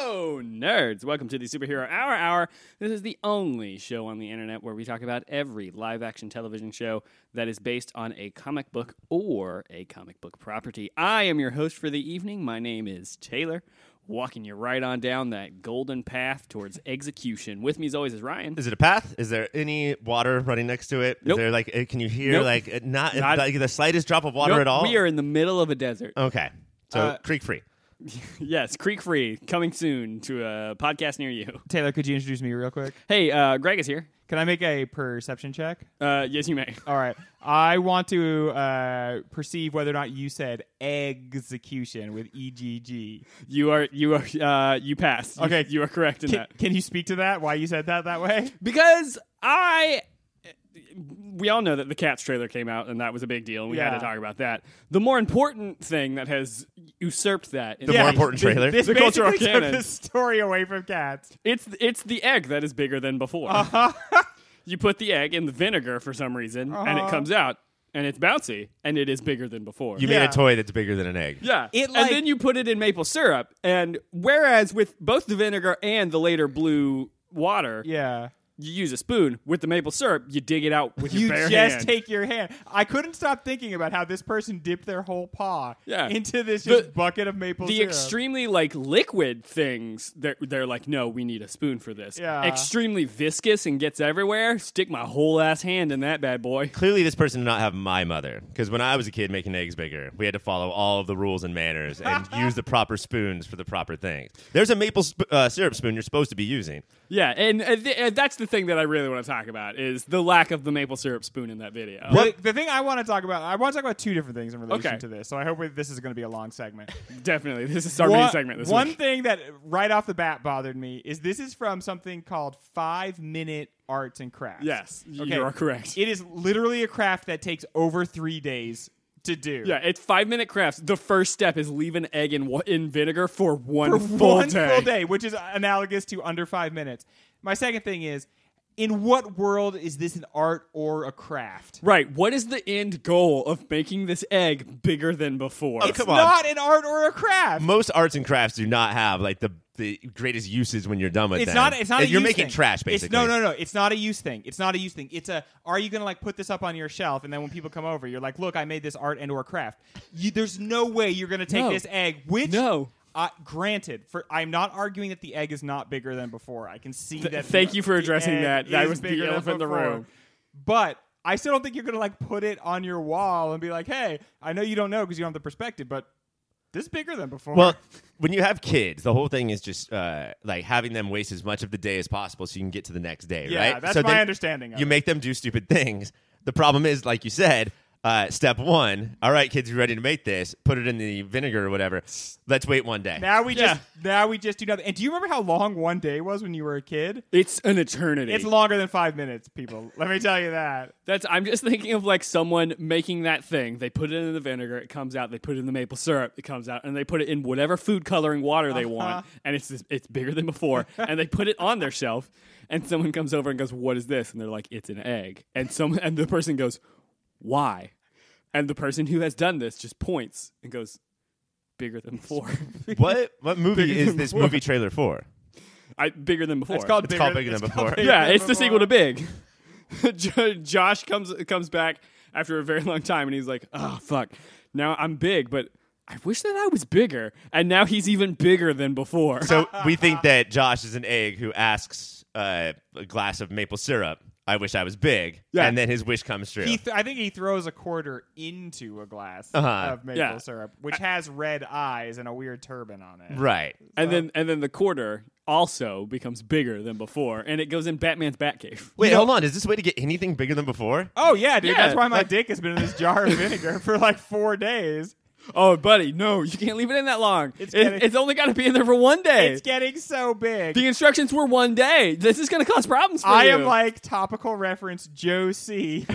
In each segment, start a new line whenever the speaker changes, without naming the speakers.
Hello, nerds! Welcome to the Superhero Hour Hour. This is the only show on the internet where we talk about every live action television show that is based on a comic book or a comic book property. I am your host for the evening. My name is Taylor, walking you right on down that golden path towards execution. With me, as always, is Ryan.
Is it a path? Is there any water running next to it? Is
Nope.
there like uh, can you hear
Nope.
like uh, not,
Not-
like the slightest drop of water
Nope,
at all? Oh.
We are in the middle of a desert.
okay. So
Uh,
creek free.
Yes, Creek Free, coming soon to a podcast near you.
Taylor, could you introduce me real quick?
Hey, uh, Greg is here.
Can I make a perception check?
Uh, yes, you may.
All right. I want to uh, perceive whether or not you said execution with E EGG.
You are you are uh, you passed. You-
Okay.
you are correct in
Can,
that
can you speak to that? Why you said that that way?
because I. We all know that the Cats trailer came out, and that was a big deal. and We had to
Yeah.
talk about that. The more important thing that has usurped that,
The more important trailer.
This
The cultural
basically
canon.
took the story away from cats.
it's it's the egg that is bigger than before. you put the egg in the vinegar for some reason, and it
Uh-huh.
comes out, and it's bouncy, and it is bigger than before.
You made
Yeah.
a toy that's bigger than an egg.
Yeah.
It,
and
like-
then you put it in maple syrup. And whereas with both the vinegar and the later blue water,
Yeah.
you use a spoon. With the maple syrup, you dig it out with your
You
bare
just
hand.
take your hand. I couldn't stop thinking about how this person dipped their whole paw
Yeah.
into this
The-
just bucket of maple
the
syrup.
extremely like liquid things they're, they're like no we need a spoon for this
Yeah.
extremely viscous and gets everywhere stick my whole ass hand in that bad boy
Clearly, this person did not have my mother because when I was a kid making eggs bigger, we had to follow all of the rules and manners and use the proper spoons for the proper things. There's a maple sp- uh, syrup spoon you're supposed to be using.
yeah and, uh, th- uh, that's the thing that i really want to talk about is the lack of the maple syrup spoon in that video
The, the thing I want to talk about, I want to talk about two different things in relation
Okay.
to this. So I hope this is going to be a long segment.
definitely this is our main
one,
segment this
one
week
thing that right off the bat bothered me is this is from something called five minute arts and crafts.
Yes, you are correct.
It is literally a craft that takes over three days to do.
yeah, it's five minute crafts. The first step is leave an egg in wa- in vinegar for one
for
full
one
day.
full day, which is analogous to under five minutes. My second thing is, in what world is this an art or a craft?
Right. What is the end goal of making this egg bigger than before?
Okay. Come on.
Not an art or a craft.
Most arts and crafts do not have like the, the greatest uses when you're done with
it's
them.
not. It's not. A
You're
use
making
thing.
trash
It's-
basically.
no, no, no. It's not a use thing. It's not a use thing. It's a. Are you gonna like put this up on your shelf, and then when people come over, you're like, look, I made this art and or craft. You, there's no way you're gonna take
No.
this egg. Which
No.
Uh, granted, for I'm not arguing that the egg is not bigger than before. I can see that.
thank
the-
you for
the
addressing
egg
that. That
is
was the
bigger than
elephant in the
before.
room.
But I still don't think you're gonna like put it on your wall and be like, hey, I know you don't know because you don't have the perspective, but this is bigger than before.
Well, when you have kids, the whole thing is just uh, like having them waste as much of the day as possible so you can get to the next day,
Yeah,
right?
that's
so
my
then
understanding of
you
it.
make them do stupid things. The problem is, like you said, uh, step one. All right, kids, you ready to make this? Put it in the vinegar or whatever. Let's wait one day.
Now we
Yeah.
just now we just do nothing. And do you remember how long one day was when you were a kid?
It's an eternity.
It's longer than five minutes, people. Let me tell you that.
That's. I'm just thinking of like someone making that thing. They put it in the vinegar. It comes out. They put it in the maple syrup. It comes out, and they put it in whatever food coloring water they want. And it's it's bigger than before. and they put it on their shelf. And someone comes over and goes, "What is this?" And they're like, "It's an egg." And some and the person goes, "Why?" And the person who has done this just points and goes, "Bigger than before."
what what movie
Bigger
is
than
this
before.
movie trailer for?
I bigger than before.
It's called
It's
bigger,
called Bigger Than
it's
Before.
called Bigger
yeah,
Than
it's the
Before.
sequel to Big. Jo- Josh comes comes back after a very long time, and he's like, "Oh fuck, now I'm big, but I wish that I was bigger." And now he's even bigger than before.
So we think that Josh is an egg who asks uh, a glass of maple syrup. I wish I was big,
Yeah.
and then his wish comes true.
He th- I think he throws a quarter into a glass
Uh-huh.
of maple
Yeah.
syrup, which has red eyes and a weird turban on it.
right.
and then and then the quarter also becomes bigger than before, and it goes in Batman's Batcave.
Wait, hold on. Is this a way to get anything bigger than before?
Oh yeah, dude.
Yeah,
that's why my dick has been in this jar of vinegar for like four days.
Oh, buddy, no, you can't leave it in that long. It's
It's
it,
getting-
it's only got to be in there for one day.
It's getting so big.
the instructions were one day. This is going to cause problems for
I
you.
am like topical reference Joe C.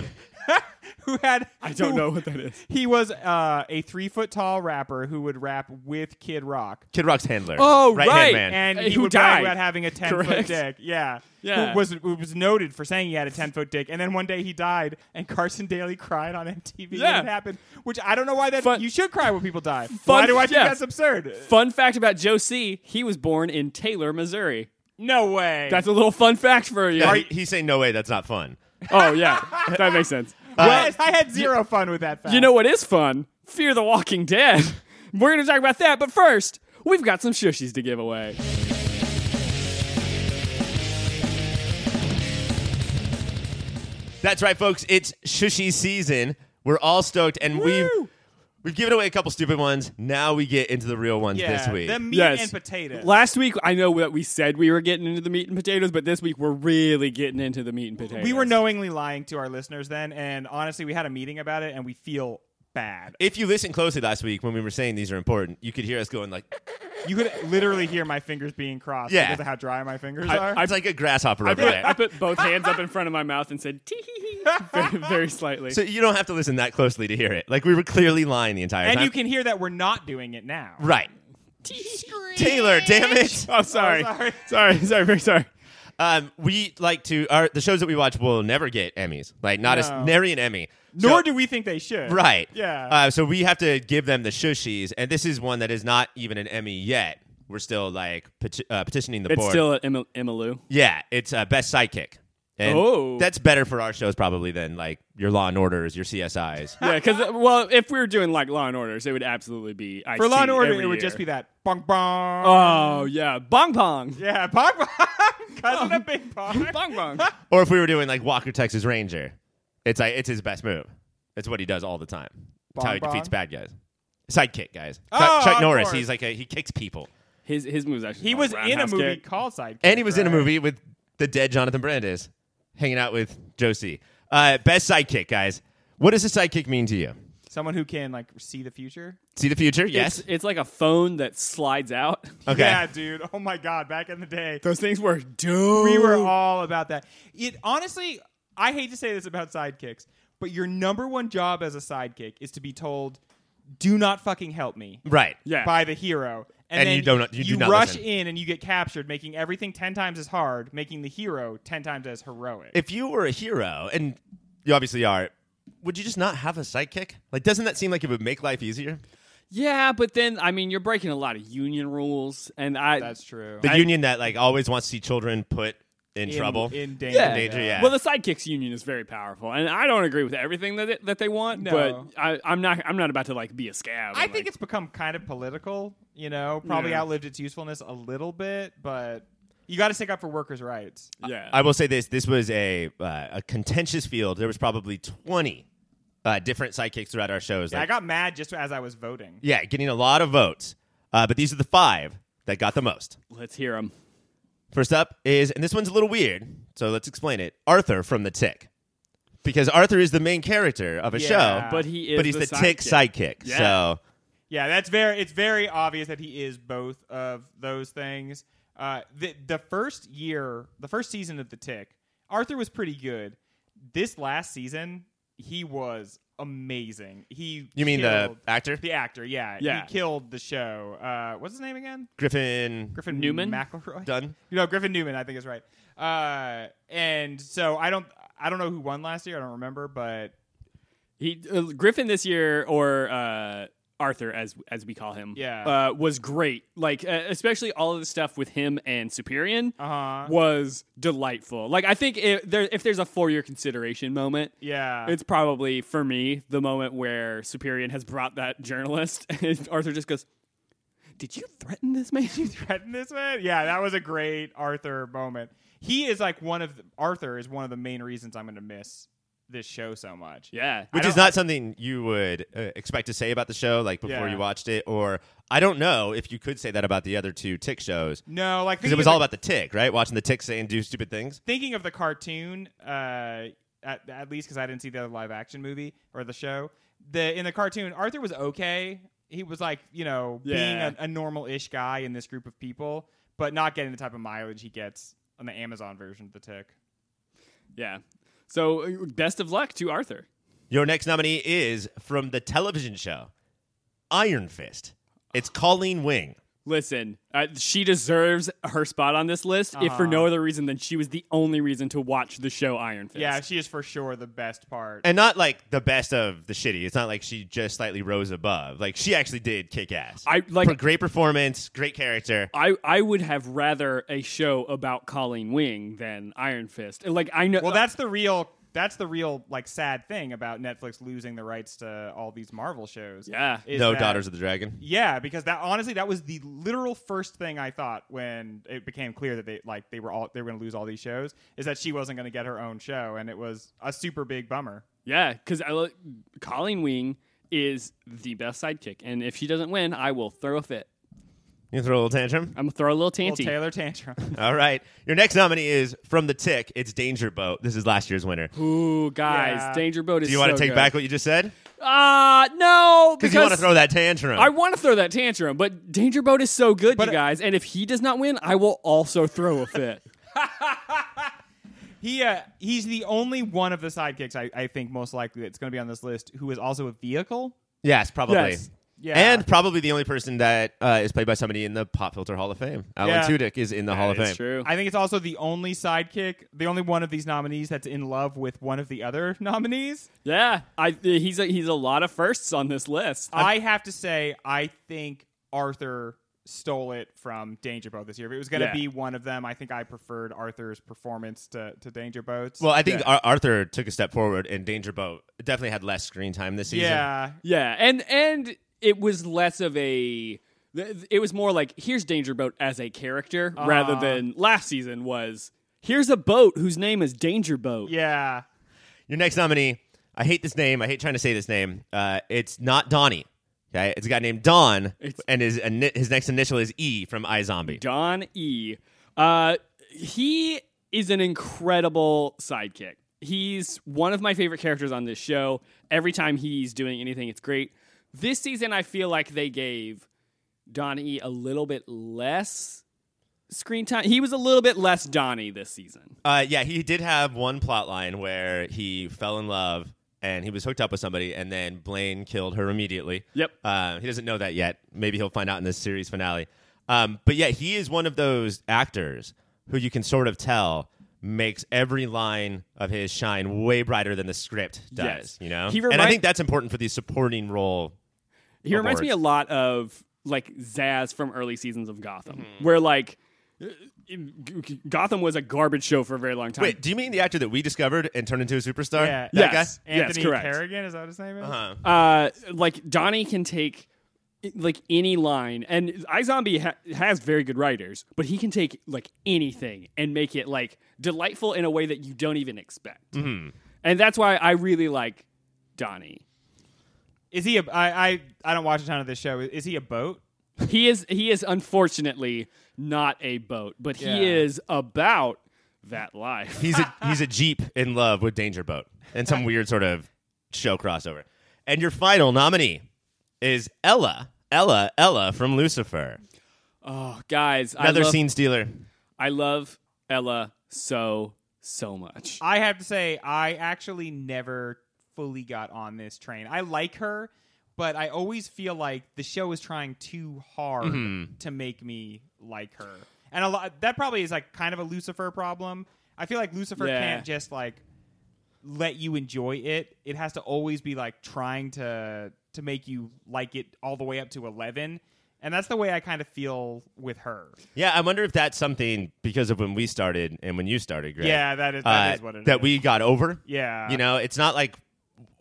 who had
I don't know what that is.
He was uh, a three foot tall rapper who would rap with Kid Rock,
Kid Rock's handler.
Oh,
right
right.
hand man.
and
Uh,
he
who
would brag
died.
about having a ten foot
Correct.
dick. Yeah,
Yeah.
Who was who was noted for saying he had a ten foot dick, and then one day he died, and Carson Daly cried on MTV
Yeah.
when it happened. Which I don't know why that
Fun-
you should cry when people die. why do I think
yeah.
that's absurd?
Fun fact about Joe C: He was born in Taylor, Missouri.
No way.
That's a little fun fact for you.
Yeah, he- he's saying, "No way, that's not fun."
oh yeah, that makes sense.
well, I had zero fun with that. Fact.
You know what is fun? Fear the Walking Dead. We're going to talk about that, but first, we've got some shushies to give away.
That's right, folks. It's shushy season. We're all stoked, and we've
Woo!
we've given away a couple stupid ones. Now we get into the real ones
yeah,
this week.
the meat
Yes.
and potatoes.
Last week, I know that we said we were getting into the meat and potatoes, but this week we're really getting into the meat and potatoes.
we were knowingly lying to our listeners then, and honestly, we had a meeting about it, and we feel bad.
if you listened closely last week when we were saying these are important, you could hear us going like,
You could literally hear my fingers being crossed
Yeah.
because of how dry my fingers are.
I, "It's like a grasshopper over
I
there."
put both hands up in front of my mouth and said, tee hee hee, very, very slightly.
So you don't have to listen that closely to hear it. Like we were clearly lying the entire
and
time.
you can hear that we're not doing it now.
right, Taylor. Damn it.
oh, sorry.
Oh, sorry.
sorry, sorry, very sorry.
Um, we like to our the shows that we watch will never get Emmys. Like not
No.
a nary an Emmy. So-
Nor do we think they should.
Right.
Yeah.
Uh, so we have to give them the shushies, and this is one that is not even an Emmy yet. We're still like peti- uh, petitioning the
It's
board.
still at Emma- Emmalou.
yeah, it's uh, best sidekick. And
Oh.
that's better for our shows probably than like your Law and Orders, your CSIs.
Yeah, because, well, if we were doing like Law and Orders, it would absolutely be. I
For Law
see
and Order,
every
it would
year.
just be that bonk bonk.
Uh,
Oh, yeah. Bong Pong.
yeah, bonk bonk. Cousin of Bing Bong.
Bong Bong.
or if we were doing like Walker Texas Ranger, it's like it's his best move. It's what he does all the time. It's how he
Bong
defeats
bong.
bad guys. Sidekick guys. Chuck,
Oh,
Chuck
of
Norris.
course.
He's like a, he kicks people,
His his moves actually.
He
called
was in a
Roundhouse
movie
Kick.
called Sidekick.
and he was in a
right?
movie with the dead Jonathan Brandis, hanging out with Josie. Uh, best sidekick guys. What does a sidekick mean to you?
Someone who can like see the future.
See the future? Yes.
It's, it's like a phone that slides out.
okay.
Yeah, dude. Oh my god. Back in the day,
Those things were dope.
we were all about that. It honestly, I hate to say this about sidekicks, but your number one job as a sidekick is to be told, "Do not fucking help me."
Right.
yeah.
by the hero. And,
And
then
you do not- you do not
rush
listen.
in and you get captured, making everything ten times as hard, making the hero ten times as heroic.
If you were a hero, and you obviously are, would you just not have a sidekick? Like, doesn't that seem like it would make life easier?
Yeah, but then I mean, you're breaking a lot of union rules, and I.
That's true.
The union that like always wants to see children put in,
in,
trouble.
in danger.
Yeah.
danger, yeah.
Well, the sidekicks union is very powerful, and I don't agree with everything that it, that they want.
No.
But I, I'm not. I'm not about to like be a scab.
I think it's become kind of political. You know, probably
Yeah.
outlived its usefulness a little bit, but you got to stick up for workers' rights.
yeah.
I will say this: this was a uh, a contentious field. There was probably twenty uh, different sidekicks throughout our shows.
Yeah, I
Like-
got mad just as I was voting.
yeah, getting a lot of votes. Uh, but these are the five that got the most.
Let's hear them.
First up is, and this one's a little weird, so let's explain it. Arthur from The Tick, because Arthur is the main character of a
Yeah.
show,
But he is.
but he's the,
sidekick.
Tick sidekick.
Yeah.
So
Yeah, that's very. It's very obvious that he is both of those things. Uh, the the first year, the first season of the Tick, Arthur was pretty good. This last season, he was amazing. He
you mean
killed
the actor
the actor? Yeah,
Yeah.
He killed the show. Uh, what's his name again?
Griffin?
Griffin
Newman?
McElroy.
Dunn?
You know Griffin Newman. I think is right. Uh, and so I don't. I don't know who won last year. I don't remember, but
He uh, Griffin this year or uh, Arthur as as we call him.
Yeah.
uh, was great. Like uh, especially all of the stuff with him and Superior
uh huh.
was delightful. Like I think if, there, if there's a four year consideration moment.
Yeah.
It's probably for me the moment where Superior has brought that journalist, and Arthur just goes, "Did you threaten this man?"
threaten this man? Yeah, that was a great Arthur moment. He is like one of the, Arthur is one of the main reasons I'm going to miss this show so much.
yeah,
Which
I
is
don't-
not something you would uh, expect to say about the show, like before
Yeah.
you watched it, or I don't know if you could say that about the other two Tick shows
No, like
because it
thinking
was
of
all
the,
about the Tick, right? Watching the Tick say and do stupid things.
thinking of the cartoon. Uh, at, at least because I didn't see the other live action movie or the show. The in the cartoon, Arthur was okay. He was like you know
Yeah.
being a, a normal ish guy in this group of people, but not getting the type of mileage he gets on the Amazon version of the Tick.
yeah. So uh, best of luck to Arthur.
Your next nominee is from the television show Iron Fist. It's Colleen Wing.
Listen, uh, she deserves her spot on this list, if for
Uh-huh.
no other reason than she was the only reason to watch the show Iron Fist.
Yeah, she is for sure the best part.
And not like the best of the shitty. It's not like she just slightly rose above. Like she actually did kick ass.
I- like-
For great performance, great character.
I, I would have rather a show about Colleen Wing than Iron Fist. Like I know
well, that's the real. That's the real like sad thing about Netflix losing the rights to all these Marvel shows.
Yeah.
is
no
that-
Daughters of the Dragon.
Yeah, because that honestly, that was the literal first thing I thought when it became clear that they like they were all they were going to lose all these shows is that she wasn't going to get her own show, and it was a super big bummer.
uh, Yeah, because I lo- Colleen Wing is the best sidekick, and if she doesn't win, I will throw a fit.
You throw a little tantrum?
I'm gonna throw a little
Little
tanty.
Taylor tantrum.
All right. Your next nominee is from the tick. It's Danger Boat. This is last year's winner.
Ooh, guys,
Yeah.
Danger Boat is.
Do you
want
want to take back what you just said?
Uh no,
Because
because
you want to throw that tantrum.
I want to throw that tantrum, but Danger Boat is so good,
But-
you guys. And if he does not win, I will also throw a fit.
He uh, he's the only one of the sidekicks I, I think most likely that's going to be on this list who is also a vehicle.
yes, probably.
Yes.
Yeah.
And probably the only person that uh, is played by somebody in the Pop Filter Hall of Fame. Alan
Yeah.
Tudyk is in the Hall of Fame.
That's true.
I think it's also the only sidekick, the only one of these nominees that's in love with one of the other nominees.
yeah, I he's a, he's a lot of firsts on this list.
i have to say, I think Arthur stole it from Danger Boat this year. If it was going to
Yeah.
be one of them, I think I preferred Arthur's performance to, to Danger Boat's.
Well, I think Ar- Arthur took a step forward, and Danger Boat definitely had less screen time this season.
yeah.
Yeah, and and it was less of a. th- It was more like here's Danger Boat as a character rather than last season was here's a boat whose name is Danger Boat.
Yeah.
Your next nominee, I hate this name. I hate trying to say this name. Uh, it's not Donnie. Okay, it's a guy named Don,
It's-
and his ini- his next initial is E from iZombie.
Don E. Uh, he is an incredible sidekick. He's one of my favorite characters on this show. Every time he's doing anything, it's great. This season, I feel like they gave Donnie E a little bit less screen time. He was a little bit less Donnie this season.
Uh, yeah, he did have one plot line where he fell in love and he was hooked up with somebody, and then Blaine killed her immediately.
Yep.
Uh, he doesn't know that yet. Maybe he'll find out in this series finale. Um, but yeah, he is one of those actors who you can sort of tell makes every line of his shine way brighter than the script does.
Yes.
You know,
He
and I
remind-
think that's important for the supporting role.
He reminds me a
awards.
lot of like Zaz from early seasons of Gotham, where like uh, G- Gotham was a garbage show for a very long time.
Wait, do you mean the actor that we discovered and turned into a superstar?
Yeah.
That
Yes.
guy?
Anthony
correct.
Kerrigan, is that what his name is?
Uh-huh.
Uh, like Donnie can take i- like any line, and iZombie ha- has very good writers, but he can take like anything and make it like delightful in a way that you don't even expect.
Mm-hmm.
And that's why I really like Donnie.
Is he a. I, I, I don't watch a ton of this show. Is he a boat?
He is he is unfortunately not a boat, but
Yeah.
he is about that life.
He's a he's a jeep in love with Danger Boat and some weird sort of show crossover. And your final nominee is Ella, Ella, Ella from Lucifer.
Oh, guys, I
Another
love,
scene stealer.
I love Ella so so much.
I have to say, I actually never fully got on this train. I like her, but I always feel like the show is trying too hard to make me like her. And a lot that probably is like kind of a Lucifer problem. I feel like Lucifer
Yeah.
can't just like let you enjoy it. It has to always be like trying to to make you like it all the way up to 11. And that's the way I kind of feel with her.
Yeah, I wonder if that's something because of when we started and when you started, Greg.
Yeah, that is- that
uh,
is what it
that
is.
we got over.
Yeah.
You know, it's not like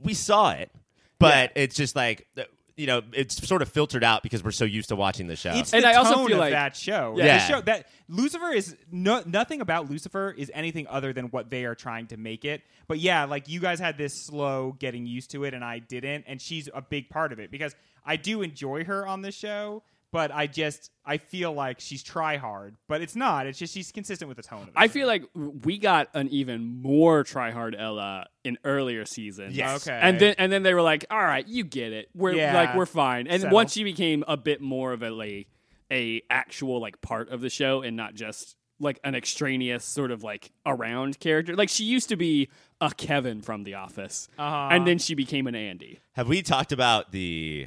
we saw it, but it's just like th- you know, it's sort of filtered out because we're so used to watching the show.
It's
And
the
I also
tone
feel
of
like-
that show.
Yeah.
The show that Lucifer is no, nothing about Lucifer is anything other than what they are trying to make it. But yeah, like you guys had this slow getting used to it, and I didn't, and she's a big part of it because I do enjoy her on the show. But I just I feel like she's try hard, but it's not. It's just she's consistent with the tone of it.
I feel like we got an even more tryhard Ella in earlier seasons.
Yes.
Okay.
And then and then they were like, "All right, you get it. We're
Yeah.
like we're fine." And
Settle.
once she became a bit more of a like, a actual like part of the show and not just like an extraneous sort of like around character. Like she used to be a Kevin from The Office,
Uh-huh.
and then she became an Andy.
Have we talked about the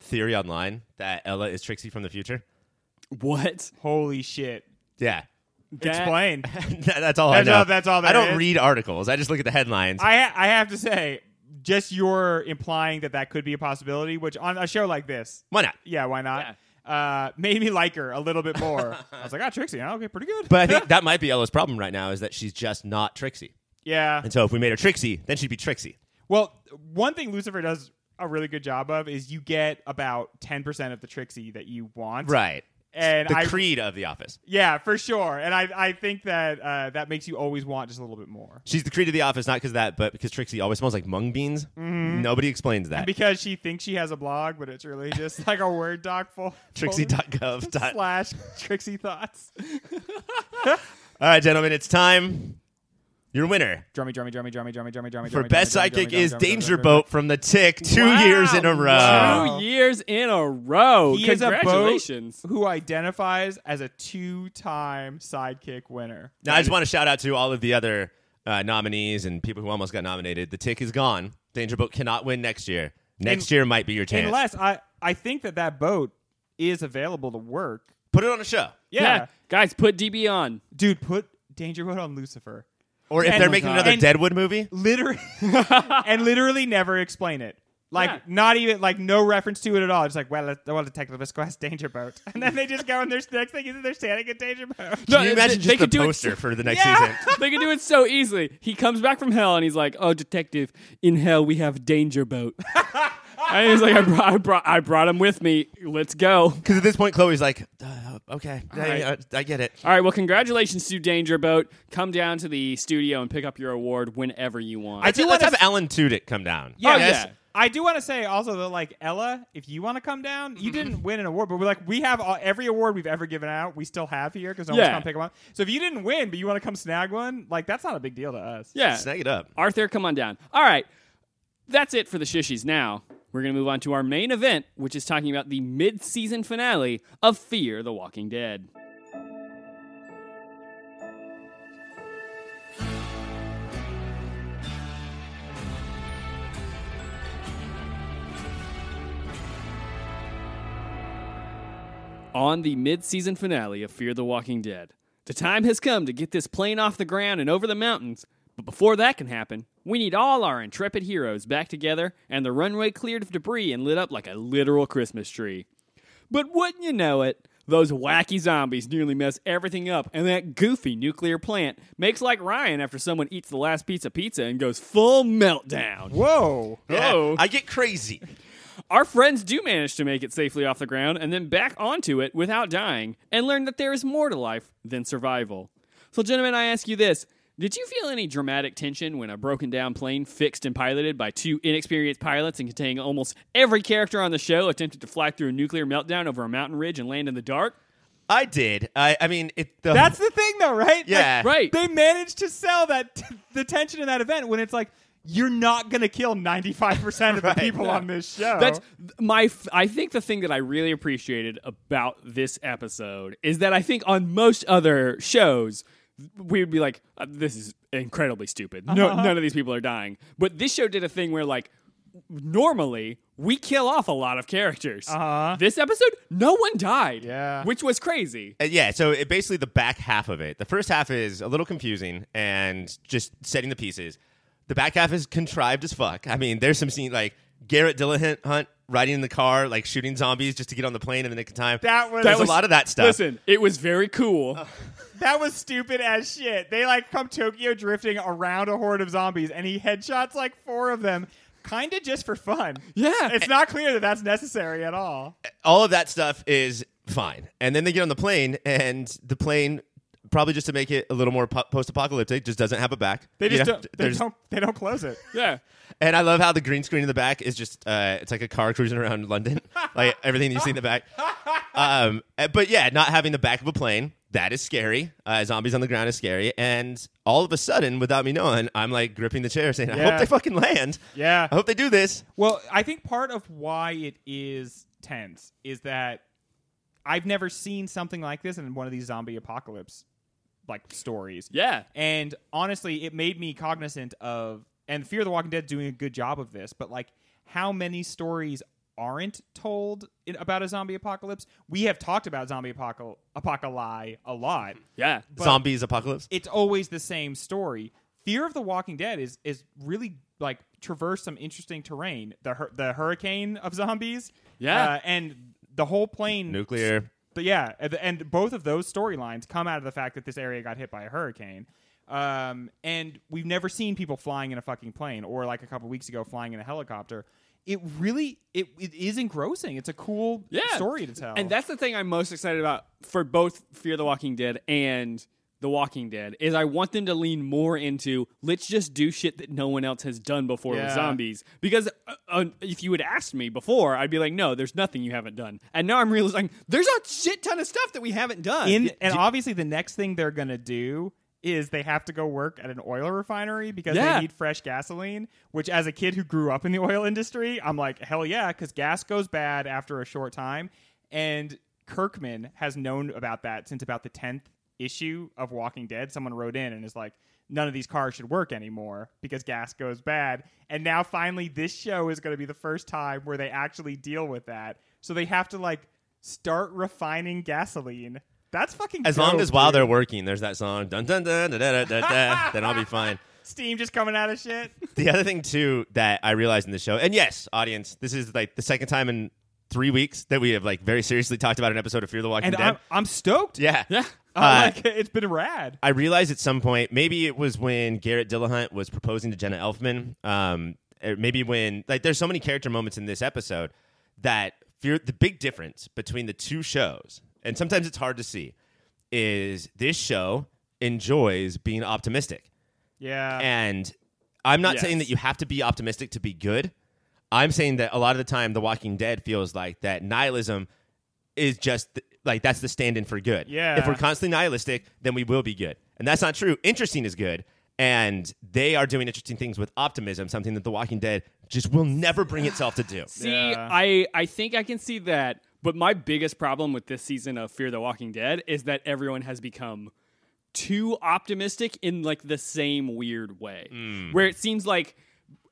theory online that Ella is Trixie from the future?
What?
Holy shit!
Yeah.
That-
Explain.
That- that's all
That's
I know.
all- that's all there
I don't
is.
read articles. I just look at the headlines.
I ha- I have to say, just your implying that that could be a possibility, which on a show like this,
Why not?
yeah, why not? Uh, made me like her a little bit more. I was like, oh, Trixie, oh, okay, pretty good.
But I think that might be Ella's problem right now is that she's just not Trixie.
yeah,
And so if we made her Trixie, then she'd be Trixie.
Well, one thing Lucifer does a really good job of is you get about 10% of the Trixie that you want.
Right.
And
the
I
creed of the office.
Yeah, for sure. And I I think that uh, that makes you always want just a little bit more.
She's the creed of the office, not because of that, but because Trixie always smells like mung beans.
Mm-hmm.
Nobody explains that.
Because she thinks she has a blog, but it's really just like a Word doc full.
Trixie.gov.
folder
dot- All
slash Trixie thoughts.
right, gentlemen, it's time. Your winner
Drummy, drummy, drummy, drummy, drummy, drummy, drummy.
for
drummy,
best
drummy,
psychic
drummy,
is
drummy, drummy,
Danger
drummy,
Boat from the Tick. Two
Wow.
years in a row.
Wow.
Two years in a row.
He is a
Congratulations.
boat who identifies as a two-time sidekick winner.
Now, I just want to shout out to all of the other uh, nominees and people who almost got nominated. The Tick is gone. Danger Boat cannot win next year. Next year might be your chance.
Unless I I think that that boat is available to work.
Put it on a show.
Yeah,
Guys, put DB on.
dude, put Danger Road on Lucifer.
Or if
And-
they're making
God.
another
and-
Deadwood movie,
Literally, and literally never explain it. Like
Yeah.
not even like no reference to it at all. It's like well, let- well, Detective Visco has Danger Boat, and then they just go and their next thing is they're standing at Danger Boat.
No,
can you
they-
imagine
they
just the
could do it-
poster for the next
Yeah.
season?
they can do it so easily. He comes back from hell and he's like, "Oh, detective, in hell we have danger boat." and he's like, I brought, "I brought, I brought him with me. Let's go."
Because at this point, Chloe's like, uh, okay, I,
right.
I- I get it.
All right. Well, congratulations to Danger Boat. Come down to the studio and pick up your award whenever you want.
I
do
do want to
wanna
have Alan Tudyk come down.
Oh, Yeah,
Yes.
yeah.
I do want to say also that like Ella, if you want to come down,
Mm-hmm.
you didn't win an award, but we're like we have all, every award we've ever given out, we still have here because no one's
Yeah.
gonna pick them up. So if you didn't win, but you want to come snag one, like that's not a big deal to us.
yeah,
Snag it up.
Arthur, come on down. All right. That's it for the shishies. Now we're gonna move on to our main event, which is talking about the mid-season finale of Fear the Walking Dead. on the mid-season finale of Fear the Walking Dead. The time has come to get this plane off the ground and over the mountains, but before that can happen, we need all our intrepid heroes back together and the runway cleared of debris and lit up like a literal Christmas tree. But wouldn't you know it, those wacky zombies nearly mess everything up, and that goofy nuclear plant makes like Ryan after someone eats the last piece of pizza and goes full meltdown.
Whoa.
Oh.
Yeah, I get crazy.
Our friends do manage to make it safely off the ground and then back onto it without dying and learn that there is more to life than survival. So, gentlemen, I ask you this. Did you feel any dramatic tension when a broken down plane, fixed and piloted by two inexperienced pilots and containing almost every character on the show, attempted to fly through a nuclear meltdown over a mountain ridge and land in the dark?
I did. I, I mean, it, the,
That's the thing, though, right? Like,
Yeah.
Right.
They managed to sell that t- the tension in that event when it's like you're not gonna kill ninety five percent of the
Right.
people on this show.
That's my. F- I think the thing that I really appreciated about this episode is that I think on most other shows we would be like, uh, "This is incredibly stupid. No,
Uh-huh.
none of these people are dying." But this show did a thing where like. Normally, we kill off a lot of characters.
Uh-huh.
This episode, no one died,
Yeah.
which was crazy.
Uh, yeah, so it basically the back half of it. The first half is a little confusing and just setting the pieces. The back half is contrived as fuck. I mean, there's some scene like Garrett Dillahunt Hunt riding in the car, like shooting zombies just to get on the plane in the nick of time.
That was-
there's
That was-
a lot of that stuff.
Listen, it was very cool.
Uh. that was stupid as shit. They like come Tokyo drifting around a horde of zombies, and he headshots like four of them, kind of just for fun.
yeah,
It's not clear that that's necessary at all.
all of that stuff is fine. And then they get on the plane, and the plane probably just to make it a little more po- post-apocalyptic just doesn't have a back.
They
You
just
know,
don't, they
there's-
don't they don't close it.
yeah.
And I love how the green screen in the back is just uh, it's like a car cruising around London, like everything you see in the back. Um, uh, but yeah, not having the back of a plane that is scary. Uh, zombies on the ground is scary, and all of a sudden, without me knowing, I'm like gripping the chair, saying, "I
Yeah.
hope they fucking land.
Yeah.
I hope they do this."
Well, I think part of why it is tense is that I've never seen something like this in one of these zombie apocalypse like stories.
Yeah.
And honestly, it made me cognizant of and Fear the Walking Dead doing a good job of this, but like how many stories aren't told in, about a zombie apocalypse? We have talked about zombie apocal apocalypse a lot.
Yeah.
But-
Zombies apocalypse.
It's always the same story. Fear of the Walking Dead is is really like traversed some interesting terrain. The hur- the hurricane of zombies.
Yeah.
Uh, and the whole plane
Nuclear.
but yeah, and, and both of those storylines come out of the fact that this area got hit by a hurricane. Um, and we've never seen people flying in a fucking plane, or like a couple weeks ago, flying in a helicopter. It really, it, it is engrossing. It's a cool
yeah.
story to tell.
And that's the thing I'm most excited about for both Fear the Walking Dead and The Walking Dead is I want them to lean more into let's just do shit that no one else has done before with
Yeah.
zombies because uh, uh, if you had asked me before I'd be like no there's nothing you haven't done and now I'm realizing there's a shit ton of stuff that we haven't done
in and obviously the next thing they're gonna do is they have to go work at an oil refinery because
Yeah.
they need fresh gasoline which as a kid who grew up in the oil industry i'm like hell yeah because gas goes bad after a short time and kirkman has known about that since about the 10th issue of walking dead someone wrote in and is like none of these cars should work anymore because gas goes bad and now finally this show is going to be the first time where they actually deal with that so they have to like start refining gasoline that's fucking
As long
dope,
as while
dude.
they're working, there's that song. Dun dun dun da, da, da, da, da, Then I'll be fine.
steam just coming out of shit
The other thing too that I realized in the show, and yes, audience, this is like the second time in three weeks that we have like very seriously talked about an episode of Fear the Walking
and
Dead.
I'm, I'm stoked
yeah,
yeah
I'm
Uh,
like, it's been rad
I realized at some point, maybe it was when Garrett Dillahunt was proposing to Jenna Elfman. Um, or maybe when like there's so many character moments in this episode that fear the big difference between the two shows, and sometimes it's hard to see, is this show enjoys being optimistic.
yeah
And I'm not
Yes.
saying that you have to be optimistic to be good. I'm saying that a lot of the time, The Walking Dead feels like that nihilism is just th- like that's the stand in for good.
Yeah.
If we're constantly nihilistic, then we will be good. And that's not true. Interesting is good. And they are doing interesting things with optimism, something that The Walking Dead just will never bring itself to do.
See,
Yeah.
I I think I can see that, but my biggest problem with this season of Fear the Walking Dead is that everyone has become too optimistic in like the same weird way.
Hmm.
Where it seems like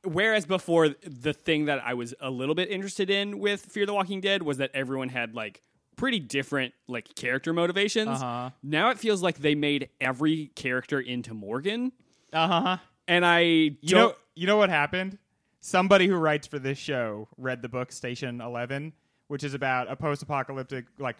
whereas before the thing that I was a little bit interested in with Fear the Walking Dead was that everyone had like pretty different like character motivations.
Uh-huh.
Now it feels like they made every character into Morgan
uh-huh
and I
you know you know what happened somebody who writes for this show read the book station 11 which is about a post-apocalyptic like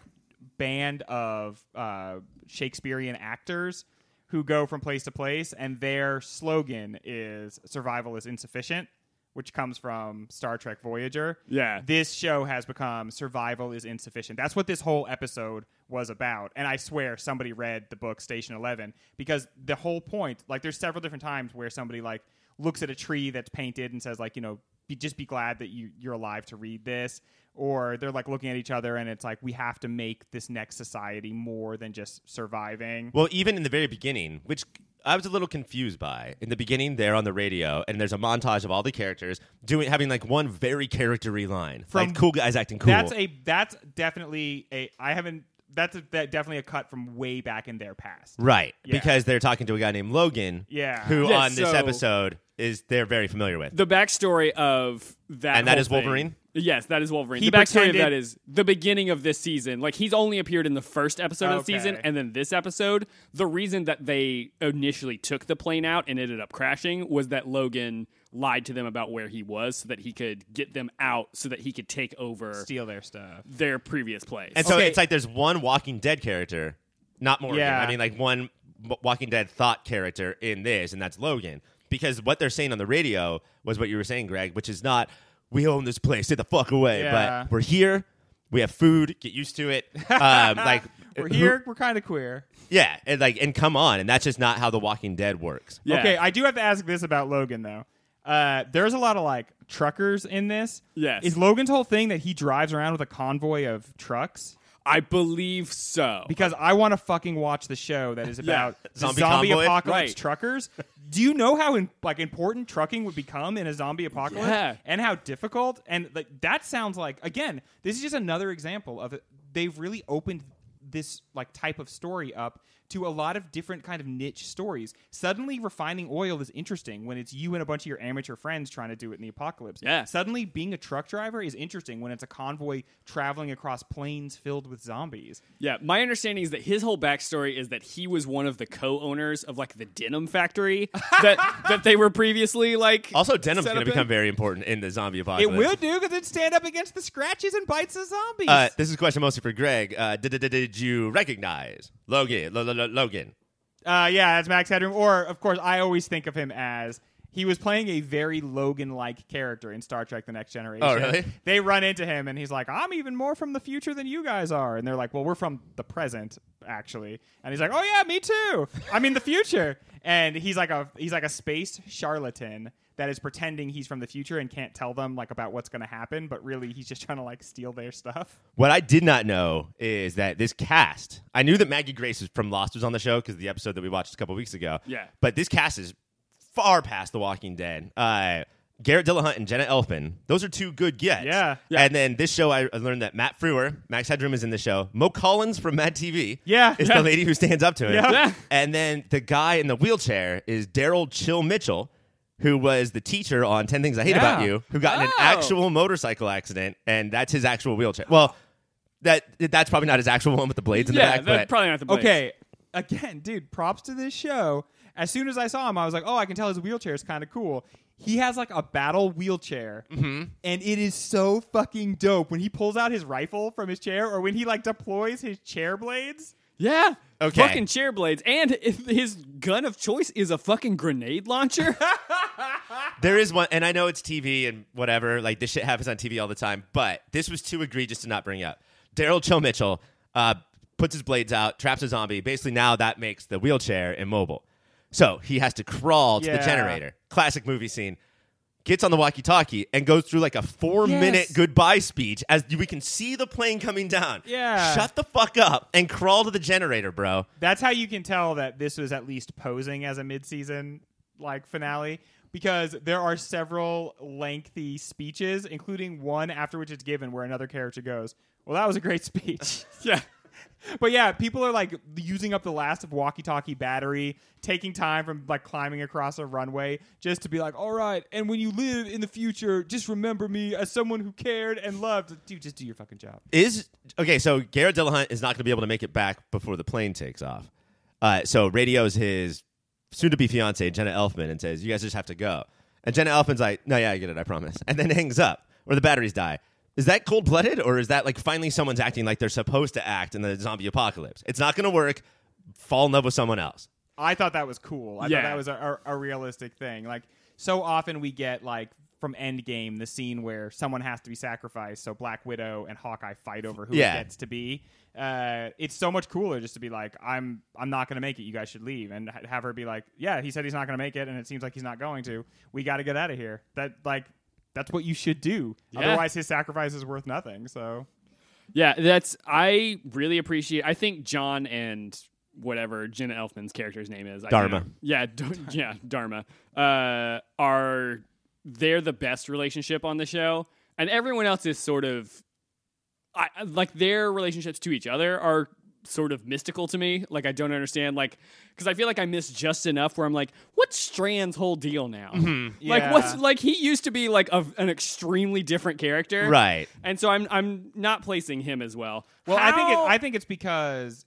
band of uh, shakespearean actors who go from place to place and their slogan is survival is insufficient which comes from star trek voyager
Yeah.
this show has become survival is insufficient. That's what this whole episode was about. And I swear somebody read the book Station 11 because the whole point, like there's several different times where somebody like looks at a tree that's painted and says like, you know, be, just be glad that you you're alive to read this or they're like looking at each other and it's like we have to make this next society more than just surviving.
Well, even in the very beginning, which I was a little confused by, in the beginning they're on the radio, and there's a montage of all the characters doing having like one very charactery line,
From-
like cool guys acting cool.
That's a that's definitely a I haven't that's a, that definitely a cut from way back in their past.
right
Yeah.
because they're talking to a guy named Logan,
Yeah.
who
Yeah,
on this
so-
episode is they're very familiar with.
the backstory of that
And that
whole
is Wolverine?
thing- Yes, that is Wolverine.
He
the backstory of
pretended-
that is the beginning of this season. Like he's only appeared in the first episode of the
Okay.
season and then this episode. The reason that they initially took the plane out and ended up crashing was that Logan lied to them about where he was so that he could get them out so that he could take over
Steal their stuff.
their previous place.
and so
Okay.
it's like there's one Walking Dead character, not Morgan.
Yeah.
I mean, like one W- Walking Dead thought character in this, and that's Logan. Because what they're saying on the radio was what you were saying, Greg, which is not we own this place, get the fuck away.
Yeah.
But we're here, we have food, get used to it. Um, like
We're
who-
here. We're kind of queer.
yeah, and like and come on, and that's just not how the Walking Dead works.
Yeah.
Okay, I do have to ask this about Logan though. Uh, there's a lot of like truckers in this.
Yes.
Is Logan's whole thing that he drives around with a convoy of trucks?
I believe so.
Because I want to fucking watch the show that is about the
Zombie
zombie,
convoy?
apocalypse
Right.
truckers. Do you know how in, like important trucking would become in a zombie apocalypse
Yeah.
and how difficult? And like that sounds like again, this is just another example of it. They've really opened this like type of story up to a lot of different kind of niche stories. Suddenly, refining oil is interesting when it's you and a bunch of your amateur friends trying to do it in the apocalypse.
Yeah.
Suddenly, being a truck driver is interesting when it's a convoy traveling across plains filled with zombies.
Yeah, my understanding is that his whole backstory is that he was one of the co-owners of like the denim factory that that they were previously like.
Also, denim's
set
going to
up
become
in.
very important in the zombie
It
apocalypse.
will do because it stand up against the scratches and bites of zombies.
Uh, this is a question mostly for Greg. Uh, did, did, did you recognize Logan? Lo- lo- lo- Logan.
Uh, yeah, that's Max Headroom. Or, of course, I always think of him as he was playing a very Logan-like character in Star Trek: The Next Generation.
Oh, really?
They run into him, and he's like, "I'm even more from the future than you guys are." And they're like, "Well, we're from the present, actually." And he's like, "Oh yeah, me too. I'm in the future." And he's like a he's like a space charlatan that is pretending he's from the future and can't tell them like about what's going to happen, but really he's just trying to like steal their stuff.
What I did not know is that this cast, I knew that Maggie Grace was from Lost was on the show because the episode that we watched a couple weeks ago.
Yeah.
But this cast is far past The Walking Dead. Uh, Garrett Dillahunt and Jenna Elfman, those are two good gets.
Yeah. Yeah.
And then this show, I I learned that Matt Frewer, Max Headroom is in the show. Mo Collins from Mad TV.
Yeah.
Is
Yeah.
the lady who stands up to him.
Yeah.
Yeah.
And then the guy in the wheelchair is Daryl Chill Mitchell. Who was the teacher on 10 Things I Hate
Yeah.
About You, who got in an
Oh.
actual motorcycle accident, and that's his actual wheelchair. Well, that that's probably not his actual one with the blades in
yeah,
the
that's
back, but
probably not the place.
Okay. Again, dude, props to this show. As soon as I saw him, I was like, oh, I can tell his wheelchair is kind of cool. He has like a battle wheelchair, and it is so fucking dope when he pulls out his rifle from his chair or when he like deploys his chair blades.
Yeah.
Okay.
Fucking chair blades, and if his gun of choice is a fucking grenade launcher.
there is one, and I know it's TV and whatever. Like this shit happens on TV all the time, but this was too egregious to not bring up. Daryl Cho Mitchell uh, puts his blades out, traps a zombie. Basically, now that makes the wheelchair immobile, so he has to crawl to the
Yeah.
generator. Classic movie scene. Gets on the walkie-talkie and goes through like a four-minute
Yes.
goodbye speech as we can see the plane coming down.
Yeah.
shut the fuck up and crawl to the generator, bro.
That's how you can tell that this was at least posing as a midseason like finale because there are several lengthy speeches, including one after which it's given where another character goes, Well, that was a great speech.
yeah.
But yeah, people are like using up the last of walkie-talkie battery, taking time from like climbing across a runway just to be like, "All right, and when you live in the future, just remember me as someone who cared and loved." Dude, just do your fucking job.
Is okay. So Garrett Dillahunt is not going to be able to make it back before the plane takes off. Uh, so radios his soon-to-be fiance Jenna Elfman and says, "You guys just have to go." And Jenna Elfman's like, "No, yeah, I get it. I promise." And then hangs up, or the batteries die. Is that cold-blooded, or is that like finally someone's acting like they're supposed to act in the zombie apocalypse? It's not going to work. Fall in love with someone else.
I thought that was cool. I
Yeah.
thought that was a, a, a realistic thing. Like so often we get like from Endgame the scene where someone has to be sacrificed, so Black Widow and Hawkeye fight over who
Yeah.
it gets to be. Uh, it's so much cooler just to be like, I'm I'm not gonna make it. You guys should leave, and ha- have her be like, Yeah, he said he's not gonna make it, and it seems like he's not going to. We got to get out of here. That like. That's what you should do.
Yeah.
Otherwise, his sacrifice is worth nothing. So
Yeah, that's I really appreciate. I think John and whatever Jenna Elfman's character's name is I
Dharma.
don't- yeah, d- yeah, Dharma. Uh, are they're the best relationship on the show, and everyone else is sort of, I I- like their relationships to each other are sort of mystical to me. Like I don't understand, like because I feel like I miss just enough where I'm like, what's Strand's whole deal now?
Mm-hmm.
Like
Yeah.
what's like he used to be like a, an extremely different character,
Right.
and so I'm I'm not placing him as well.
Well, I think it,
How-
I think it's because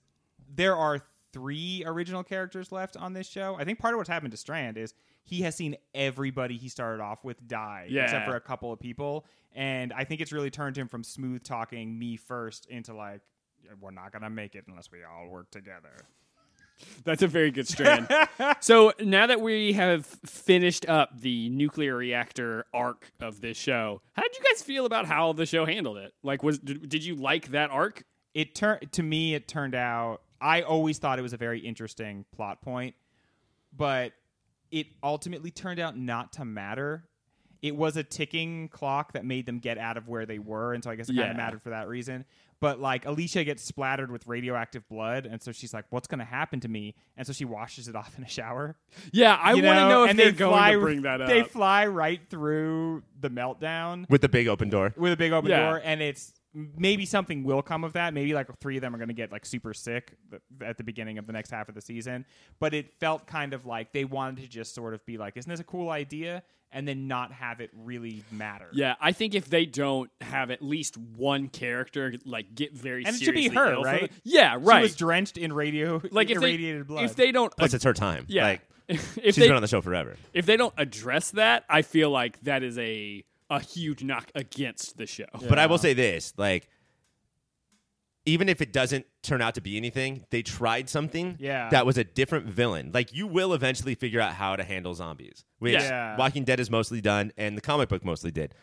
there are three original characters left on this show. I think part of what's happened to Strand is he has seen everybody he started off with die,
Yeah.
except for a couple of people, and I think it's really turned him from smooth talking me first into like we're not gonna make it unless we all work together.
that's a very good strand. so now that we have finished up the nuclear reactor arc of this show, how did you guys feel about how the show handled it? Like, was did, did you like that arc?
it turned to me it turned out i always thought it was a very interesting plot point but it ultimately turned out not to matter it was a ticking clock that made them get out of where they were and so i guess it kind
Yeah.
of mattered for that reason but like alicia gets splattered with radioactive blood and so she's like what's going to happen to me and so she washes it off in a shower
Yeah, I
you
want to know, if
and
they're
they
going
fly,
to bring that up.
they fly right through the meltdown
With the big open door.
with a big open
Yeah.
door, and it's maybe something will come of that. Maybe like three of them are going to get like super sick th- at the beginning of the next half of the season. But it felt kind of like they wanted to just sort of be like, isn't this a cool idea? And then not have it really matter.
Yeah, I think if they don't have at least one character like get very
And it should be
seriously
her,
ill for
right?
the- yeah, right.
She was drenched in radio,
like if
irradiated
they,
blood.
if they don't,
Plus, it's her time.
yeah,
Like,
if
she's
they
been on the show forever.
if they don't address that, I feel like that is a a huge knock against the show.
But I will say this, like even if it doesn't turn out to be anything, they tried something
Yeah.
that was a different villain. Like you will eventually figure out how to handle zombies, which
Yeah.
Yeah.
Walking Dead is mostly done and the comic book mostly did.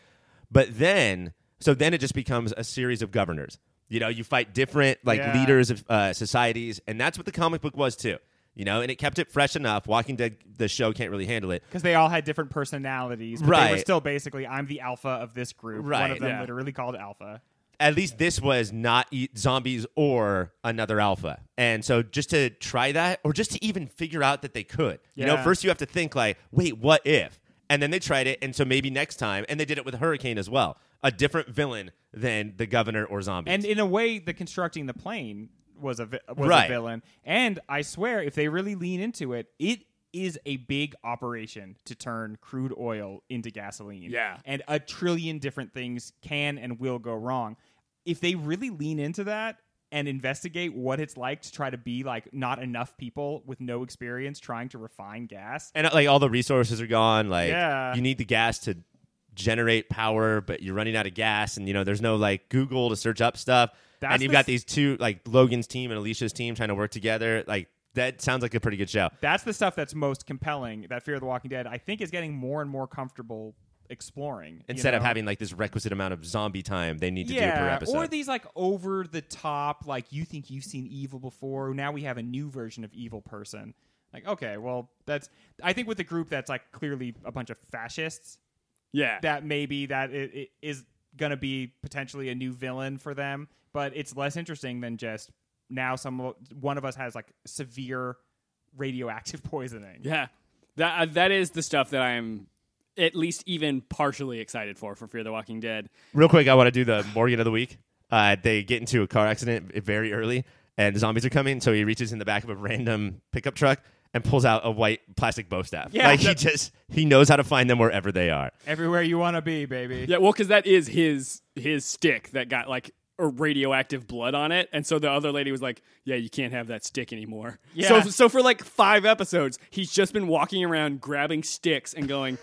But then so then it just becomes a series of governors. You know, you fight different like
Yeah.
leaders of uh, societies and that's what the comic book was too. You know, and it kept it fresh enough. Walking Dead the show can't really handle it.
because they all had different personalities, but they were
Right.
still basically, I'm the alpha of this group. One
Right,
of them
yeah.
literally called alpha.
at least this was not eat zombies or another alpha. And so just to try that or just to even figure out that they could. You know,
Yeah.
first you have to think like, wait, what if? And then they tried it and so maybe next time and they did it with Hurricane as well. A different villain than the governor or zombies.
And in a way, the constructing the plane was a vi- was a
Right.
villain. And I swear, if they really lean into it, it is a big operation to turn crude oil into gasoline.
Yeah.
and a trillion different things can and will go wrong. If they really lean into that and investigate what it's like to try to be like not enough people with no experience trying to refine gas,
and like all the resources are gone. Like
Yeah.
you need the gas to generate power, but you're running out of gas, and you know there's no like Google to search up stuff.
That's
and you've
the
got
s-
these two like Logan's team and Alicia's team trying to work together. Like that sounds like a pretty good show.
that's the stuff that's most compelling. That Fear of the Walking Dead, I think, is getting more and more comfortable exploring you
Instead of
know?
having like this requisite amount of zombie time they need to do per
yeah,
episode.
or these like over the top, like you think you've seen evil before. Now we have a new version of evil person. Like, okay, well, that's. I think with a group that's like clearly a bunch of fascists,
yeah,
that maybe that i i- is going to be potentially a new villain for them. But it's less interesting than just now. Some one of us has like severe radioactive poisoning.
yeah. That uh, that is the stuff that I'm at least even partially excited for for Fear the Walking Dead.
Real quick, I want to do the Morgan of the week. Uh, they get into a car accident v- very early, and the zombies are coming. So he reaches in the back of a random pickup truck and pulls out a white plastic bow staff.
Yeah,
like he
that-
just he knows how to find them wherever they are.
Everywhere you want to be, baby.
Yeah, well, because that is his his stick that got like a radioactive blood on it, and so the other lady was like, "Yeah, you can't have that stick anymore."
Yeah.
So so for like five episodes, he's just been walking around grabbing sticks and going,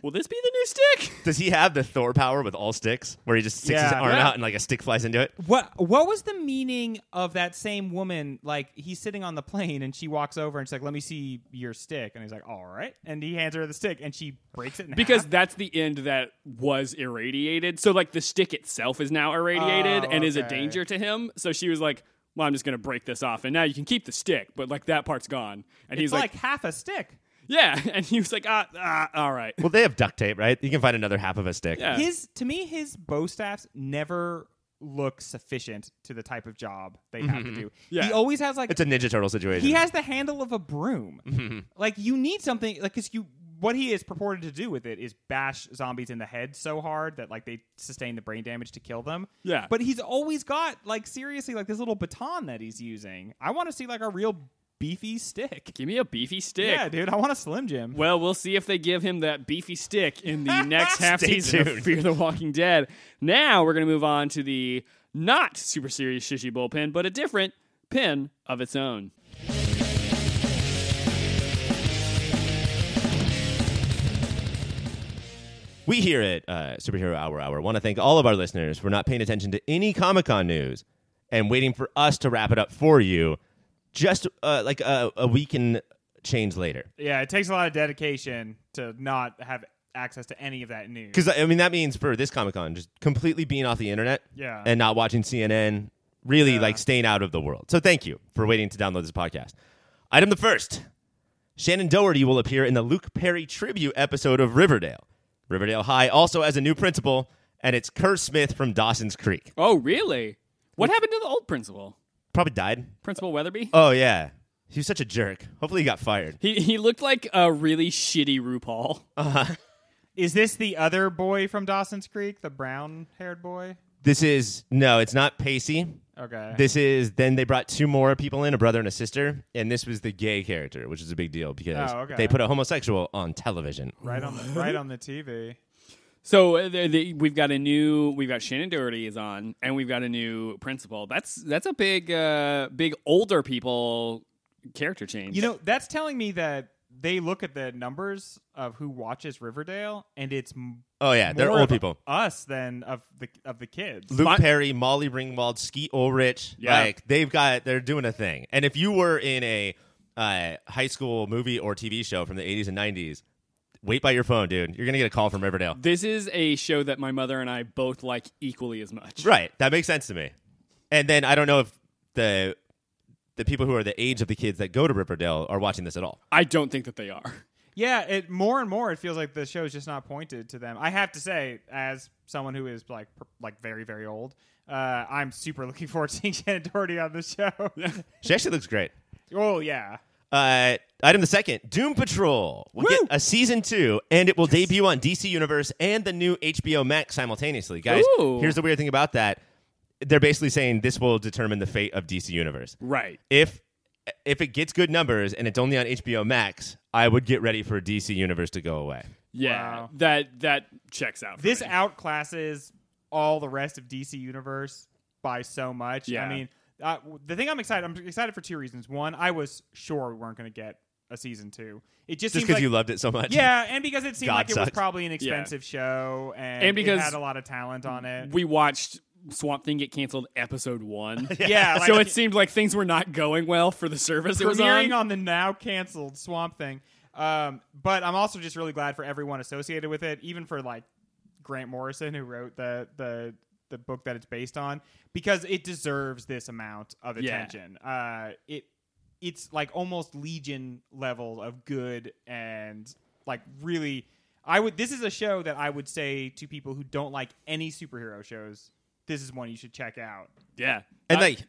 "Will this be the new stick?"
Does he have the Thor power with all sticks, where he just sticks his
Yeah.
arm
Yeah.
out and like a stick flies into it?
What what was the meaning of that same woman? Like he's sitting on the plane and she walks over and she's like, "Let me see your stick," and he's like, "All right," and he hands her the stick and she breaks it in
Because
half.
that's the end that was irradiated. So like the stick itself is now irradiated
Oh,
and is a
okay.
danger to him. So she was like, "Well, I'm just gonna break this off, and now you can keep the stick, but like that part's gone." And he's
it's
like,
like, half a stick.
"Yeah," and he was like, "Ah, ah all right."
Well, they have duct tape, right? You can find another half of a stick.
Yeah.
His to me, his bow staffs never look sufficient to the type of job they have to
Mm-hmm.
do.
Yeah.
He always has like
It's a Ninja Turtle situation.
he has the handle of a broom. Like you need something like because you what he is purported to do with it is bash zombies in the head so hard that like they sustain the brain damage to kill them.
Yeah.
But he's always got like seriously like this little baton that he's using. I want to see like a real beefy stick.
Give me a beefy stick.
Yeah, dude, I want a slim Jim.
Well, we'll see if they give him that beefy stick in the next half
Stay
season of
tuned.
Fear the Walking Dead. Now we're going to move on to the not super serious shishy bullpen, but a different pen of its own.
We here at uh, Superhero Hour Hour want to thank all of our listeners for not paying attention to any Comic Con news and waiting for us to wrap it up for you just uh, like a, a week and change later.
Yeah, it takes a lot of dedication to not have access to any of that news.
Because, I mean, that means for this Comic Con, just completely being off the internet
Yeah.
and not watching CNN, really like staying out of the world. So thank you for waiting to download this podcast. Item the first Shannon Doherty will appear in the Luke Perry tribute episode of Riverdale. Riverdale High also has a new principal, and it's Kerr Smith from Dawson's Creek.
Oh, really? What happened to the old principal?
Probably died.
Principal Weatherby?
Oh yeah, he was such a jerk. Hopefully, he got fired.
He, he looked like a really shitty RuPaul.
Is this the other boy from Dawson's Creek, the brown-haired boy?
This is no, it's not Pacey.
Okay.
This is then they brought two more people in, a brother and a sister, and this was the gay character, which is a big deal because
Oh, okay.
they put a homosexual on television.
right on the right on the TV.
So uh, the, the, we've got a new, we've got Shannon Doherty is on, and we've got a new principal. That's that's a big, uh, big older people character change.
You know, that's telling me that they look at the numbers of who watches Riverdale, and it's m-
Oh yeah, they're
more
old
of
people.
Us than of the of the kids.
Luke
My-
Perry, Molly Ringwald, Skeet Ulrich.
Yeah.
Like they've got they're doing a thing. And if you were in a uh, high school movie or TV show from the 80s and 90s, wait by your phone, dude. You're going to get a call from Riverdale.
this is a show that my mother and I both like equally as much.
Right. That makes sense to me. And then I don't know if the the people who are the age of the kids that go to Riverdale are watching this at all.
I don't think that they are.
Yeah, it more and more it feels like the show's just not pointed to them. I have to say, as someone who is like per- like very very old, uh, I'm super looking forward to seeing Shannon Doherty on the show.
She actually looks great.
oh yeah,
Uh, item the second, Doom Patrol. will get
Woo!
a season two, and it will debut on DC Universe and the new HBO Max simultaneously. Guys,
Ooh.
here's the weird thing about that: they're basically saying this will determine the fate of DC Universe.
Right.
If if it gets good numbers and it's only on HBO Max, I would get ready for DC Universe to go away.
Yeah.
Wow.
That that checks out. for
this
me.
outclasses all the rest of DC universe by so much.
Yeah.
I mean, uh, w- the thing I'm excited, I'm excited for two reasons. One, I was sure we weren't going to get a season two. It just,
Just
seems
because
like,
you loved it so much.
yeah, and because it seemed
God
like it was
sucks.
probably an expensive show, and,
And because
it had a lot of talent on it.
we watched Swamp Thing get canceled episode one.
yeah, like,
so it seemed like things were not going well for the service it was
premiering
on.
on. the now canceled Swamp Thing. Um, but I'm also just really glad for everyone associated with it, even for like Grant Morrison who wrote the the the book that it's based on, because it deserves this amount of
Yeah.
attention. Uh, it it's like almost legion level of good and like really. I would. This is a show that I would say to people who don't like any superhero shows. This is one you should check out.
yeah.
And
I-
like,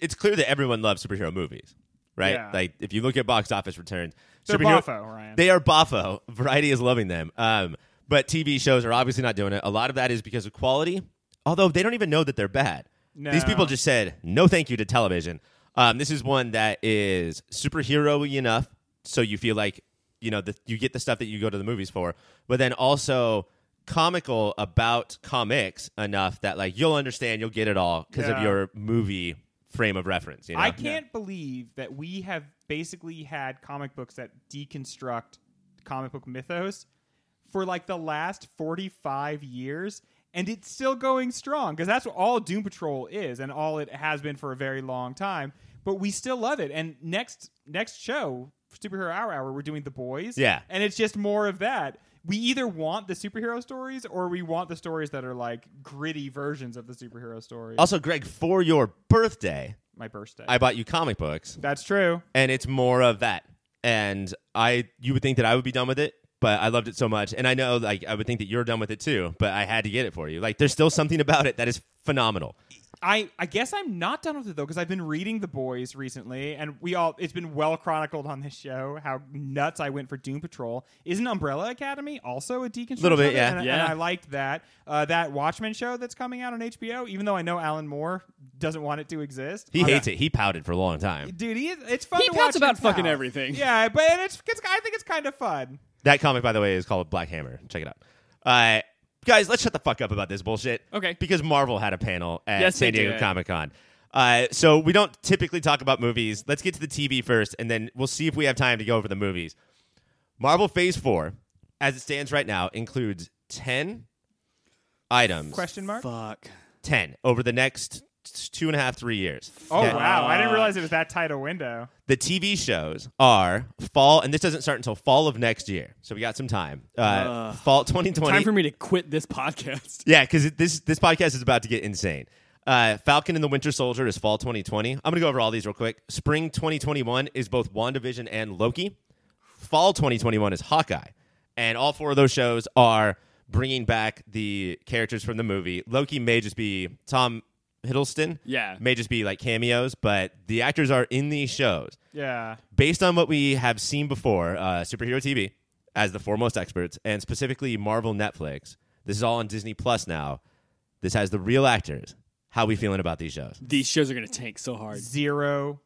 it's clear that everyone loves superhero movies, right?
Yeah.
Like, if you look at box office returns,
They're
superhero-
boffo, Ryan.
They are boffo. Variety is loving them. Um, but TV shows are obviously not doing it. A lot of that is because of quality. Although they don't even know that they're bad.
No.
These people just said no, thank you to television. Um, this is one that is superhero enough, so you feel like you know the, you get the stuff that you go to the movies for, but then also comical about comics enough that like you'll understand, you'll get it all because of
Yeah.
your movie frame of reference. You know?
I can't believe that we have basically had comic books that deconstruct comic book mythos for like the last 45 years and it's still going strong because that's what all Doom Patrol is and all it has been for a very long time but we still love it and next next show superhero hour hour we're doing the boys
Yeah.
and it's just more of that we either want the superhero stories or we want the stories that are like gritty versions of the superhero stories
Also, Greg, for your birthday,
my birthday
I bought you comic books.
that's true
and it's more of that. And I, you would think that I would be done with it, but I loved it so much, and I know like I would think that you're done with it too, but I had to get it for you. Like there's still something about it that is phenomenal.
I, I guess I'm not done with it though because I've been reading The Boys recently, and we all it's been well chronicled on this show how nuts I went for Doom Patrol. Isn't Umbrella Academy also a deconstruction?
Little bit,
of it?
yeah.
And, and
Yeah.
I liked that uh, that Watchmen show that's coming out on HBO. Even though I know Alan Moore doesn't want it to exist,
He
Okay.
hates it. He pouted for a long time.
Dude, he, it's fun.
He
to
pouts
watch
about
him
fucking
pout.
everything.
Yeah, but it's, it's I think it's kind of fun.
That comic, by the way, is called Black Hammer. Check it out. Uh, guys, let's shut the fuck up about this bullshit.
Okay.
Because Marvel had a panel at
Yes,
San
they
Diego
did.
Comic Con. Uh, so we don't typically talk about movies. Let's get to the TV first, and then we'll see if we have time to go over the movies. Marvel Phase Four, as it stands right now, includes ten items.
Question mark?
fuck.
Ten over the next two and a half, three years.
Oh
Okay.
wow, I didn't realize it was that tight a window.
The TV shows are fall, and this doesn't start until fall of next year. So we got some time. Uh, fall 2020.
Time for me to quit this podcast.
Yeah, because this this podcast is about to get insane. Uh, Falcon and the Winter Soldier is fall 2020. I'm gonna go over all these real quick. Spring 2021 is both WandaVision and Loki. Fall 2021 is Hawkeye, and all four of those shows are bringing back the characters from the movie. Loki may just be Tom Hiddleston.
Yeah.
may just be like cameos, but the actors are in these shows
Yeah,
based on what we have seen before, uh, superhero TV as the foremost experts, and specifically Marvel Netflix. This is all on Disney Plus now. This has the real actors. How we feeling about these shows?
These shows are going to tank so hard.
Zero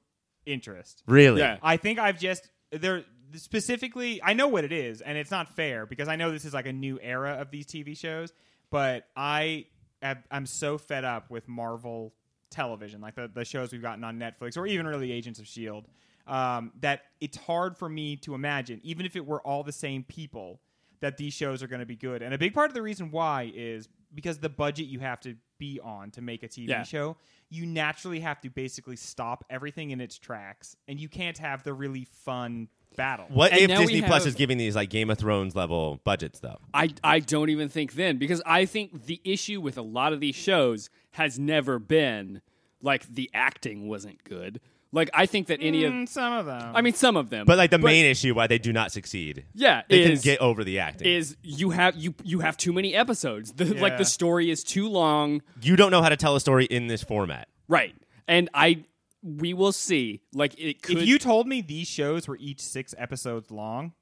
interest.
Really?
Yeah.
I think I've just there specifically. I know what it is, and it's not fair because I know this is like a new era of these TV shows. But I have, I'm so fed up with Marvel television, like the the shows we've gotten on Netflix or even early Agents of Shield. E Um, that it's hard for me to imagine, even if it were all the same people, that these shows are going to be good. And a big part of the reason why is because the budget you have to be on to make a TV
Yeah.
show show, you naturally have to basically stop everything in its tracks, and you can't have the really fun battle.
What
And
if
now we
Disney Plus
have-
is giving these like Game of Thrones level budgets though?
I, I don't even think then because I think the issue with a lot of these shows has never been like the acting wasn't good. Like I think that any of
Mm, some of them.
I mean some of them,
But like the main issue why they do not succeed.
yeah
They
is
can get over the acting.
is you have you you have too many episodes. The, Like
Yeah.
the story is too long.
you don't know how to tell a story in this format.
Right. And I we will see. Like it could
if you told me these shows were each six episodes long,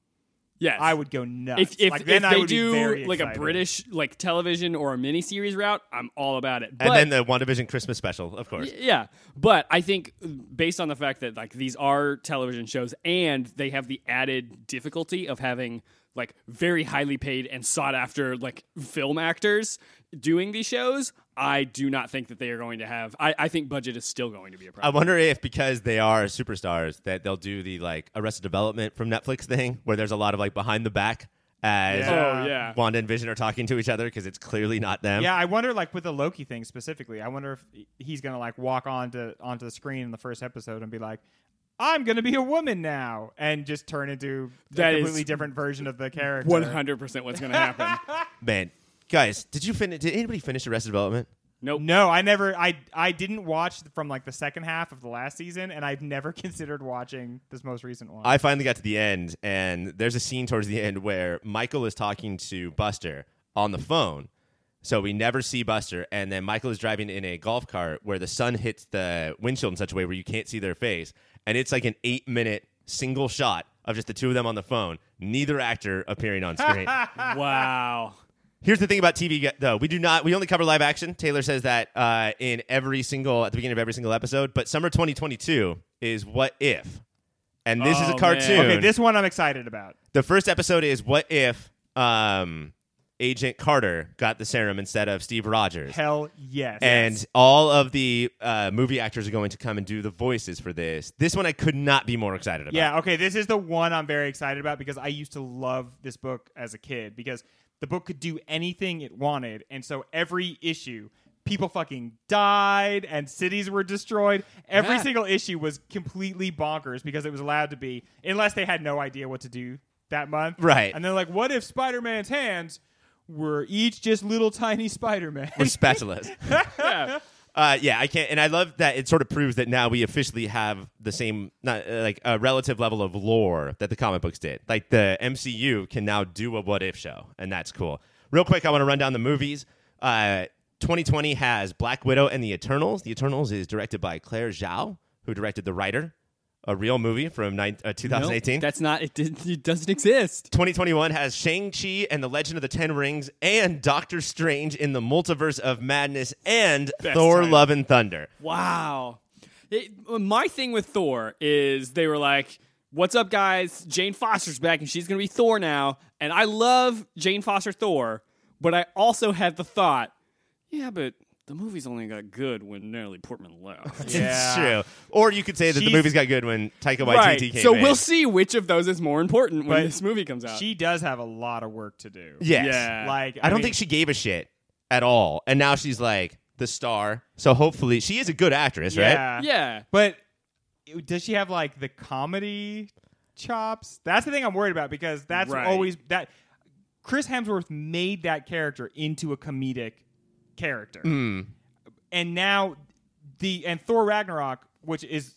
yes.
I would go nuts.
if if,
like,
if
then I
they
would be
do
very
like a
excited.
British like television or a miniseries route, I'm all about it. But,
And then the WandaVision Christmas special, of course.
yeah, but I think uh, based on the fact that like these are television shows and they have the added difficulty of having like very highly paid and sought after like film actors doing these shows, I do not think that they are going to have. I, I think budget is still going to be a
I
problem.
wonder if because they are superstars that they'll do the like Arrested Development from Netflix thing where there's a lot of like behind the back as
Yeah.
oh yeah,
Wanda and Vision are talking to each other because it's clearly not them.
Yeah, I wonder like with the Loki thing specifically. I wonder if he's gonna like walk onto onto the screen in the first episode and be like. I'm gonna be a woman now, and just turn into
That
a
is
completely different version of the character.
one hundred percent what's going to happen.
Man, guys, did you finish? Did anybody finish Arrested Development?
nope.
No, I never. I I didn't watch from like the second half of the last season, and I've never considered watching this most recent one.
I finally got to the end, and there's a scene towards the end where Michael is talking to Buster on the phone. So we never see Buster, and then Michael is driving in a golf cart where the sun hits the windshield in such a way where you can't see their face, and it's like an eight minute single shot of just the two of them on the phone, neither actor appearing on screen.
Wow.
Here's the thing about TV ge- though. We do not we only cover live action. Taylor says that uh, in every single at the beginning of every single episode, but summer 2022 is what if. And this is
Oh,
a
man.
cartoon.
okay, this one I'm excited about.
the first episode is what if um, Agent Carter got the serum instead of Steve Rogers.
Hell yes.
and all of the uh, movie actors are going to come and do the voices for this. This one I could not be more excited about.
yeah, okay, this is the one I'm very excited about because I used to love this book as a kid because the book could do anything it wanted, and so every issue. People fucking died and cities were destroyed. Every
Yeah.
single issue was completely bonkers because it was allowed to be, unless they had no idea what to do that month.
Right.
And they're like, what if Spider Man's hands were each just little tiny Spider Man?
We're spatulas.
Yeah.
Uh, yeah, I can't, and I love that it sort of proves that now we officially have the same, not uh, like a relative level of lore that the comic books did. Like the MCU can now do a what if show, and that's cool. Real quick, I want to run down the movies. Uh, 2020 has Black Widow and the Eternals. The Eternals is directed by Claire Zhao, who directed The Writer, a real movie from nine, uh, 2018.
Nope, that's not. It, didn't, it doesn't exist.
2021 has Shang-Chi and the Legend of the Ten Rings and Doctor Strange in the Multiverse of Madness and Thor
title.
Love and Thunder.
Wow. It, my thing with Thor is they were like, "What's up, guys? Jane Foster's back, and she's gonna be Thor now." And I love Jane Foster Thor, but I also had the thought, "Yeah, but the movies only got good when Natalie Portman left."
It's
Yeah.
true. Or you could say that
She's-
the movie's got good when Taika Waititi
right.
came
So
in.
we'll see which of those is more important when
But
this movie comes out.
She does have a lot of work to do.
Yes.
Yeah.
Like
I don't
mean,
think she gave a shit at all, and now she's like the star. So hopefully, she is a good actress, right?
yeah.
yeah.
But does she have like the comedy chops? That's the thing I'm worried about because that's
Right.
always that Chris Hemsworth made that character into a comedic character.
Mm. Hmm.
And now the and Thor Ragnarok, which is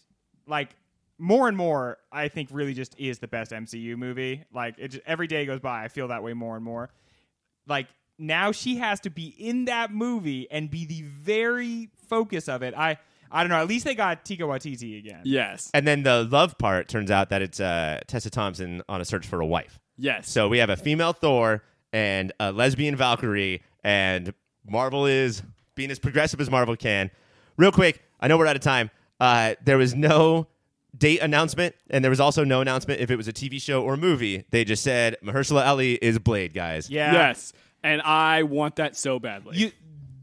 like more and more, I think really just is the best MCU movie. Like it just, every day goes by, I feel that way more and more. Like now she has to be in that movie and be the very focus of it. I I don't know. At least they got Tika Waititi again.
Yes.
And then the love part turns out that it's uh, Tessa Thompson on a search for a wife.
Yes.
So we have a female Thor and a lesbian Valkyrie, and Marvel is being as progressive as Marvel can. Real quick, I know we're out of time. Uh, there was no date announcement, and there was also no announcement if it was a TV show or movie. They just said Mahershala Ali is Blade, guys.
Yeah.
Yes. And I want that so badly.
You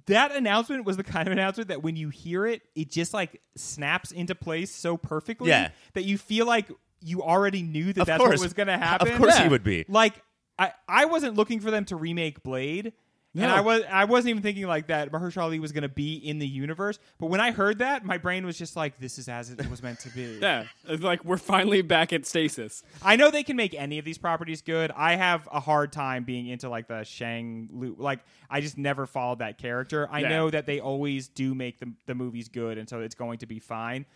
that announcement was the kind of announcement that when you hear it, it just like snaps into place so perfectly
Yeah.
that you feel like you already knew that
Of
that's
course.
what was going
Of
to happen.
course he would be.
Like I I wasn't looking for them to remake Blade. And
No.
I was I wasn't even thinking like that Mahershala Ali was going to be in the universe, but when I heard that, my brain was just like this is as it was meant to be.
yeah. It's like we're finally back at stasis.
I know they can make any of these properties good. I have a hard time being into like the Shang Lu. Like I just never followed that character. I
Yeah.
know that they always do make the the movies good, and so it's going to be fine.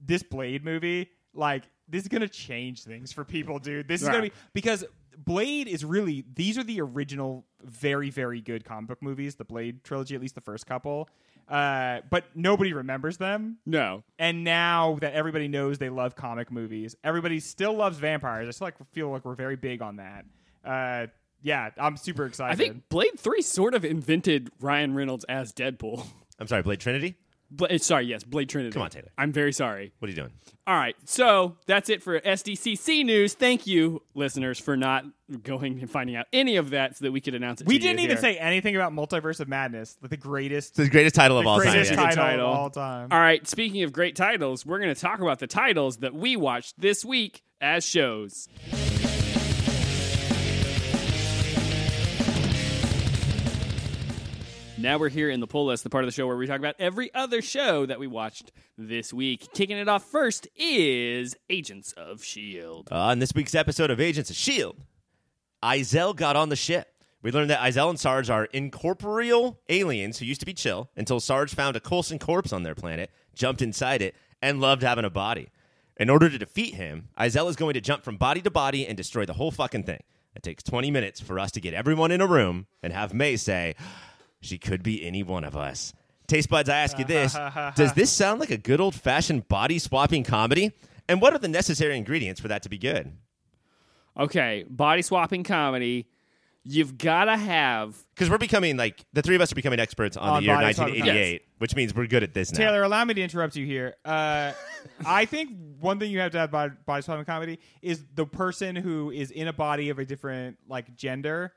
This Blade movie, like this is gonna change things for people, dude. This is
Yeah.
gonna be because Blade is really these are the original very very good comic book movies, the Blade trilogy, at least the first couple. Uh, but nobody remembers them.
No.
And now that everybody knows they love comic movies, everybody still loves vampires. I still like feel like we're very big on that. Uh, yeah, I'm super excited.
I think Blade 3 sort of invented Ryan Reynolds as Deadpool.
I'm sorry, Blade Trinity.
Bla- eh, sorry, yes, Blade Trinity.
Come on, Taylor.
I'm very sorry.
What are you doing?
All right, so that's it for SDCC news. Thank you, listeners, for not going and finding out any of that so that we could announce it.
we
to you
didn't even
here.
say anything about Multiverse of Madness, the greatest,
It's the greatest title of all time.
greatest
yeah.
title,
Title.
of all time.
All right, speaking of great titles, we're going to talk about the titles that we watched this week as shows. Now we're here in the pull list, the part of the show where we talk about every other show that we watched this week. Kicking it off first is Agents of S.H.I.E.L.D.
On this week's episode of Agents of S.H.I.E.L.D., Izel got on the ship. We learned that Izel and Sarge are incorporeal aliens who used to be chill until Sarge found a Coulson corpse on their planet, jumped inside it, and loved having a body. In order to defeat him, Izel is going to jump from body to body and destroy the whole fucking thing. It takes 20 minutes for us to get everyone in a room and have May say, She could be any one of us. Taste buds, I ask you this Does this sound like a good old fashioned body swapping comedy? And what are the necessary ingredients for that to be good?
Okay, body swapping comedy. You've got to have.
Because we're becoming like the three of us are becoming experts on,
On
the year
body swapping
1988, which means we're good at this now.
Taylor, allow me to interrupt you here. Uh, I think one thing you have to have by body swapping comedy is the person who is in a body of a different like gender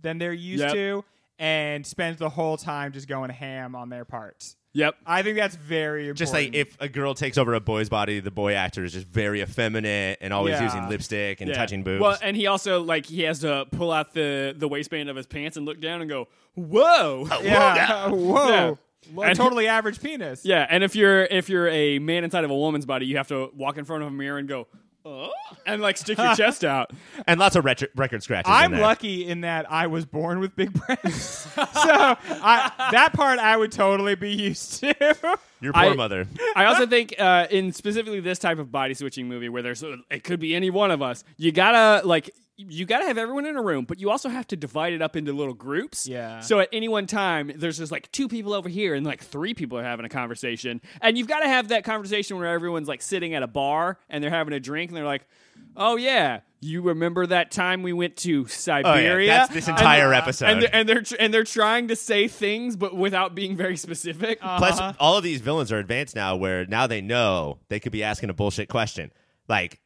than they're used
Yep.
to, and spends the whole time just going ham on their parts.
Yep.
I think that's very important.
Just like if a girl takes over a boy's body, the boy actor is just very effeminate and always
Yeah.
using lipstick and
Yeah.
touching boobs.
Well, and he also like he has to pull out the the waistband of his pants and look down and go, "Whoa."
Oh.
yeah, whoa,
Yeah.
Lo-
And-
totally average penis.
Yeah, and if you're if you're a man inside of a woman's body, you have to walk in front of a mirror and go, "Oh," and like stick your chest out.
And lots of retro- record scratches. in
eh, I'm
there.
lucky in that I was born with big breasts, so I, that part I would totally be used to.
Your poor
I-
mother.
I also think uh, in specifically this type of body switching movie where there's uh, it could be any one of us. You gotta like you gotta have everyone in a room, but you also have to divide it up into little groups.
Yeah.
So at any one time, there's just like two people over here and like three people are having a conversation, and you've got to have that conversation where everyone's like sitting at a bar and they're having a drink and they're like, "Oh yeah." You remember that time we went to Siberia?
Oh, that's this
And-
entire episode.
And they're, and they're tr- and they're trying to say things, but without being very specific.
Plus,
Uh-huh.
all of these villains are advanced now, where now they know they could be asking a bullshit question, like,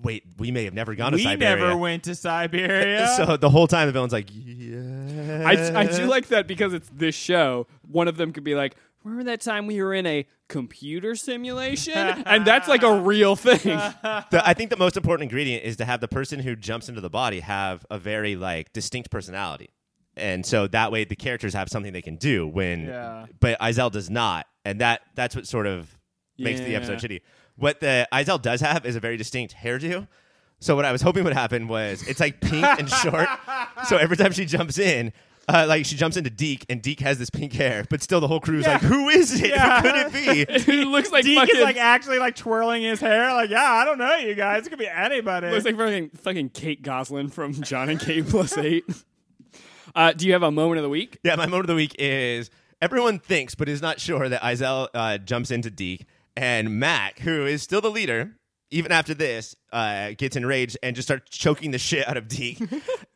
"Wait, we may have never gone to
we
Siberia."
never went to Siberia.
So the whole time, the villain's like, "Yeah."
I, I
Uh-huh.
do like that because it's this show. One of them could be like, "Remember that time we were in a computer simulation?" and that's like a real thing.
Uh-huh.
The- I think the most important ingredient is to have the person who jumps into the body have a very like distinct personality, and so that way the characters have something they can do when.
Yeah.
But Izel does not, and that that's what sort of makes the
Yeah.
episode shitty. What the Izel does have is a very distinct hairdo. So what I was hoping would happen was it's like pink and short. So every time she jumps in. Uh, like she jumps into Deke, and Deke has this pink hair, but still the whole crew's
Yeah.
like, "Who is it?
Yeah.
Who could it be?"
he looks like
Deke
fucking.
is like actually like twirling his hair. Like, yeah, I don't know, you guys. It could be anybody.
looks like fucking fucking Kate Goslin from John and Kate Plus Eight. Uh, do you have a moment of the week?
Yeah, my moment of the week is everyone thinks but is not sure that Izel uh, jumps into Deke and Mac, who is still the leader even after this, uh, gets enraged and just starts choking the shit out of Deke.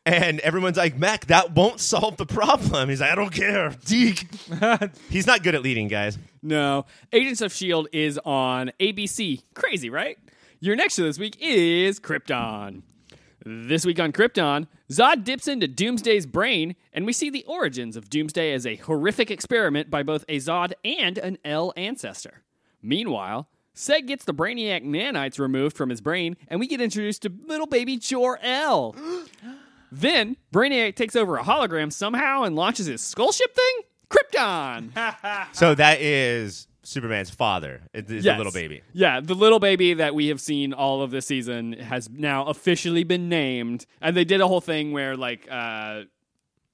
and everyone's like, Mac, that won't solve the problem. He's like, I don't care, Deke. He's not good at leading, guys.
No. Agents of S.H.I.E.L.D. E is on ABC. Crazy, right? Your next show this week is Krypton. This week on Krypton, Zod dips into Doomsday's brain, and we see the origins of Doomsday as a horrific experiment by both a Zod and an L ancestor. Meanwhile, Seg gets the Brainiac nanites removed from his brain, and we get introduced to little baby Jor-El. then, Brainiac takes over a hologram somehow and launches his skull ship thing? Krypton!
So that is Superman's father. It- It's
Yes.
a little baby.
Yeah, the little baby that we have seen all of this season has now officially been named, and they did a whole thing where like. uh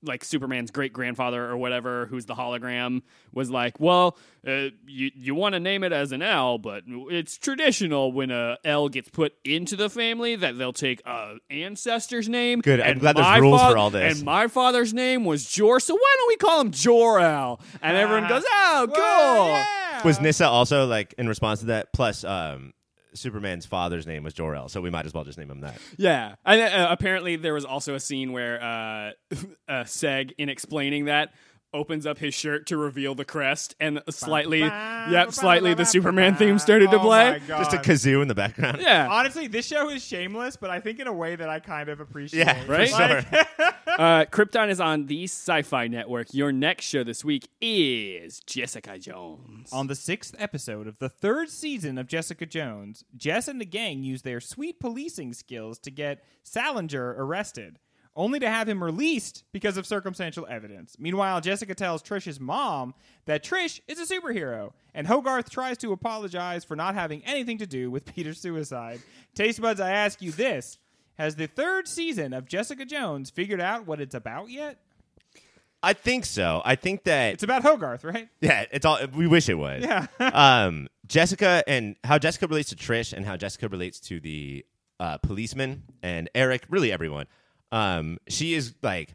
like Superman's great grandfather or whatever, who's the hologram, was like, "Well, uh, you you want to name it as an L, but it's traditional when a L gets put into the family that they'll take a ancestor's name."
Good. I'm
and
glad there's
my
rules
fa-
for all this.
And my father's name was Jor, so why don't we call him Jor L? And everyone goes, "Oh, cool."
Well, yeah.
Was Nissa also like in response to that? Plus, um, Superman's father's name was Jor El, so we might as well just name him that.
Yeah, and uh, apparently there was also a scene where uh, uh, Seg, in explaining that, opens up his shirt to reveal the crest, and slightly, yep, slightly the Superman theme started to
Oh my
play.
God.
Just a kazoo in the background.
Yeah,
Honestly, this show is shameless, but I think in a way that I kind of appreciate.
Yeah, for
Right?
sure.
uh, Krypton is on the Sci-Fi Network. Your next show this week is Jessica Jones.
On the sixth episode of the third season of Jessica Jones, Jess and the gang use their sweet policing skills to get Salinger arrested, only to have him released because of circumstantial evidence. Meanwhile, Jessica tells Trish's mom that Trish is a superhero, and Hogarth tries to apologize for not having anything to do with Peter's suicide. Taste buds, I ask you this. Has the third season of Jessica Jones figured out what it's about yet?
I think so. I think that
It's about Hogarth, right?
Yeah, it's all we wish it was.
Yeah.
um, Jessica and how Jessica relates to Trish and how Jessica relates to the uh, policeman and Eric, really everyone. Um, she is like,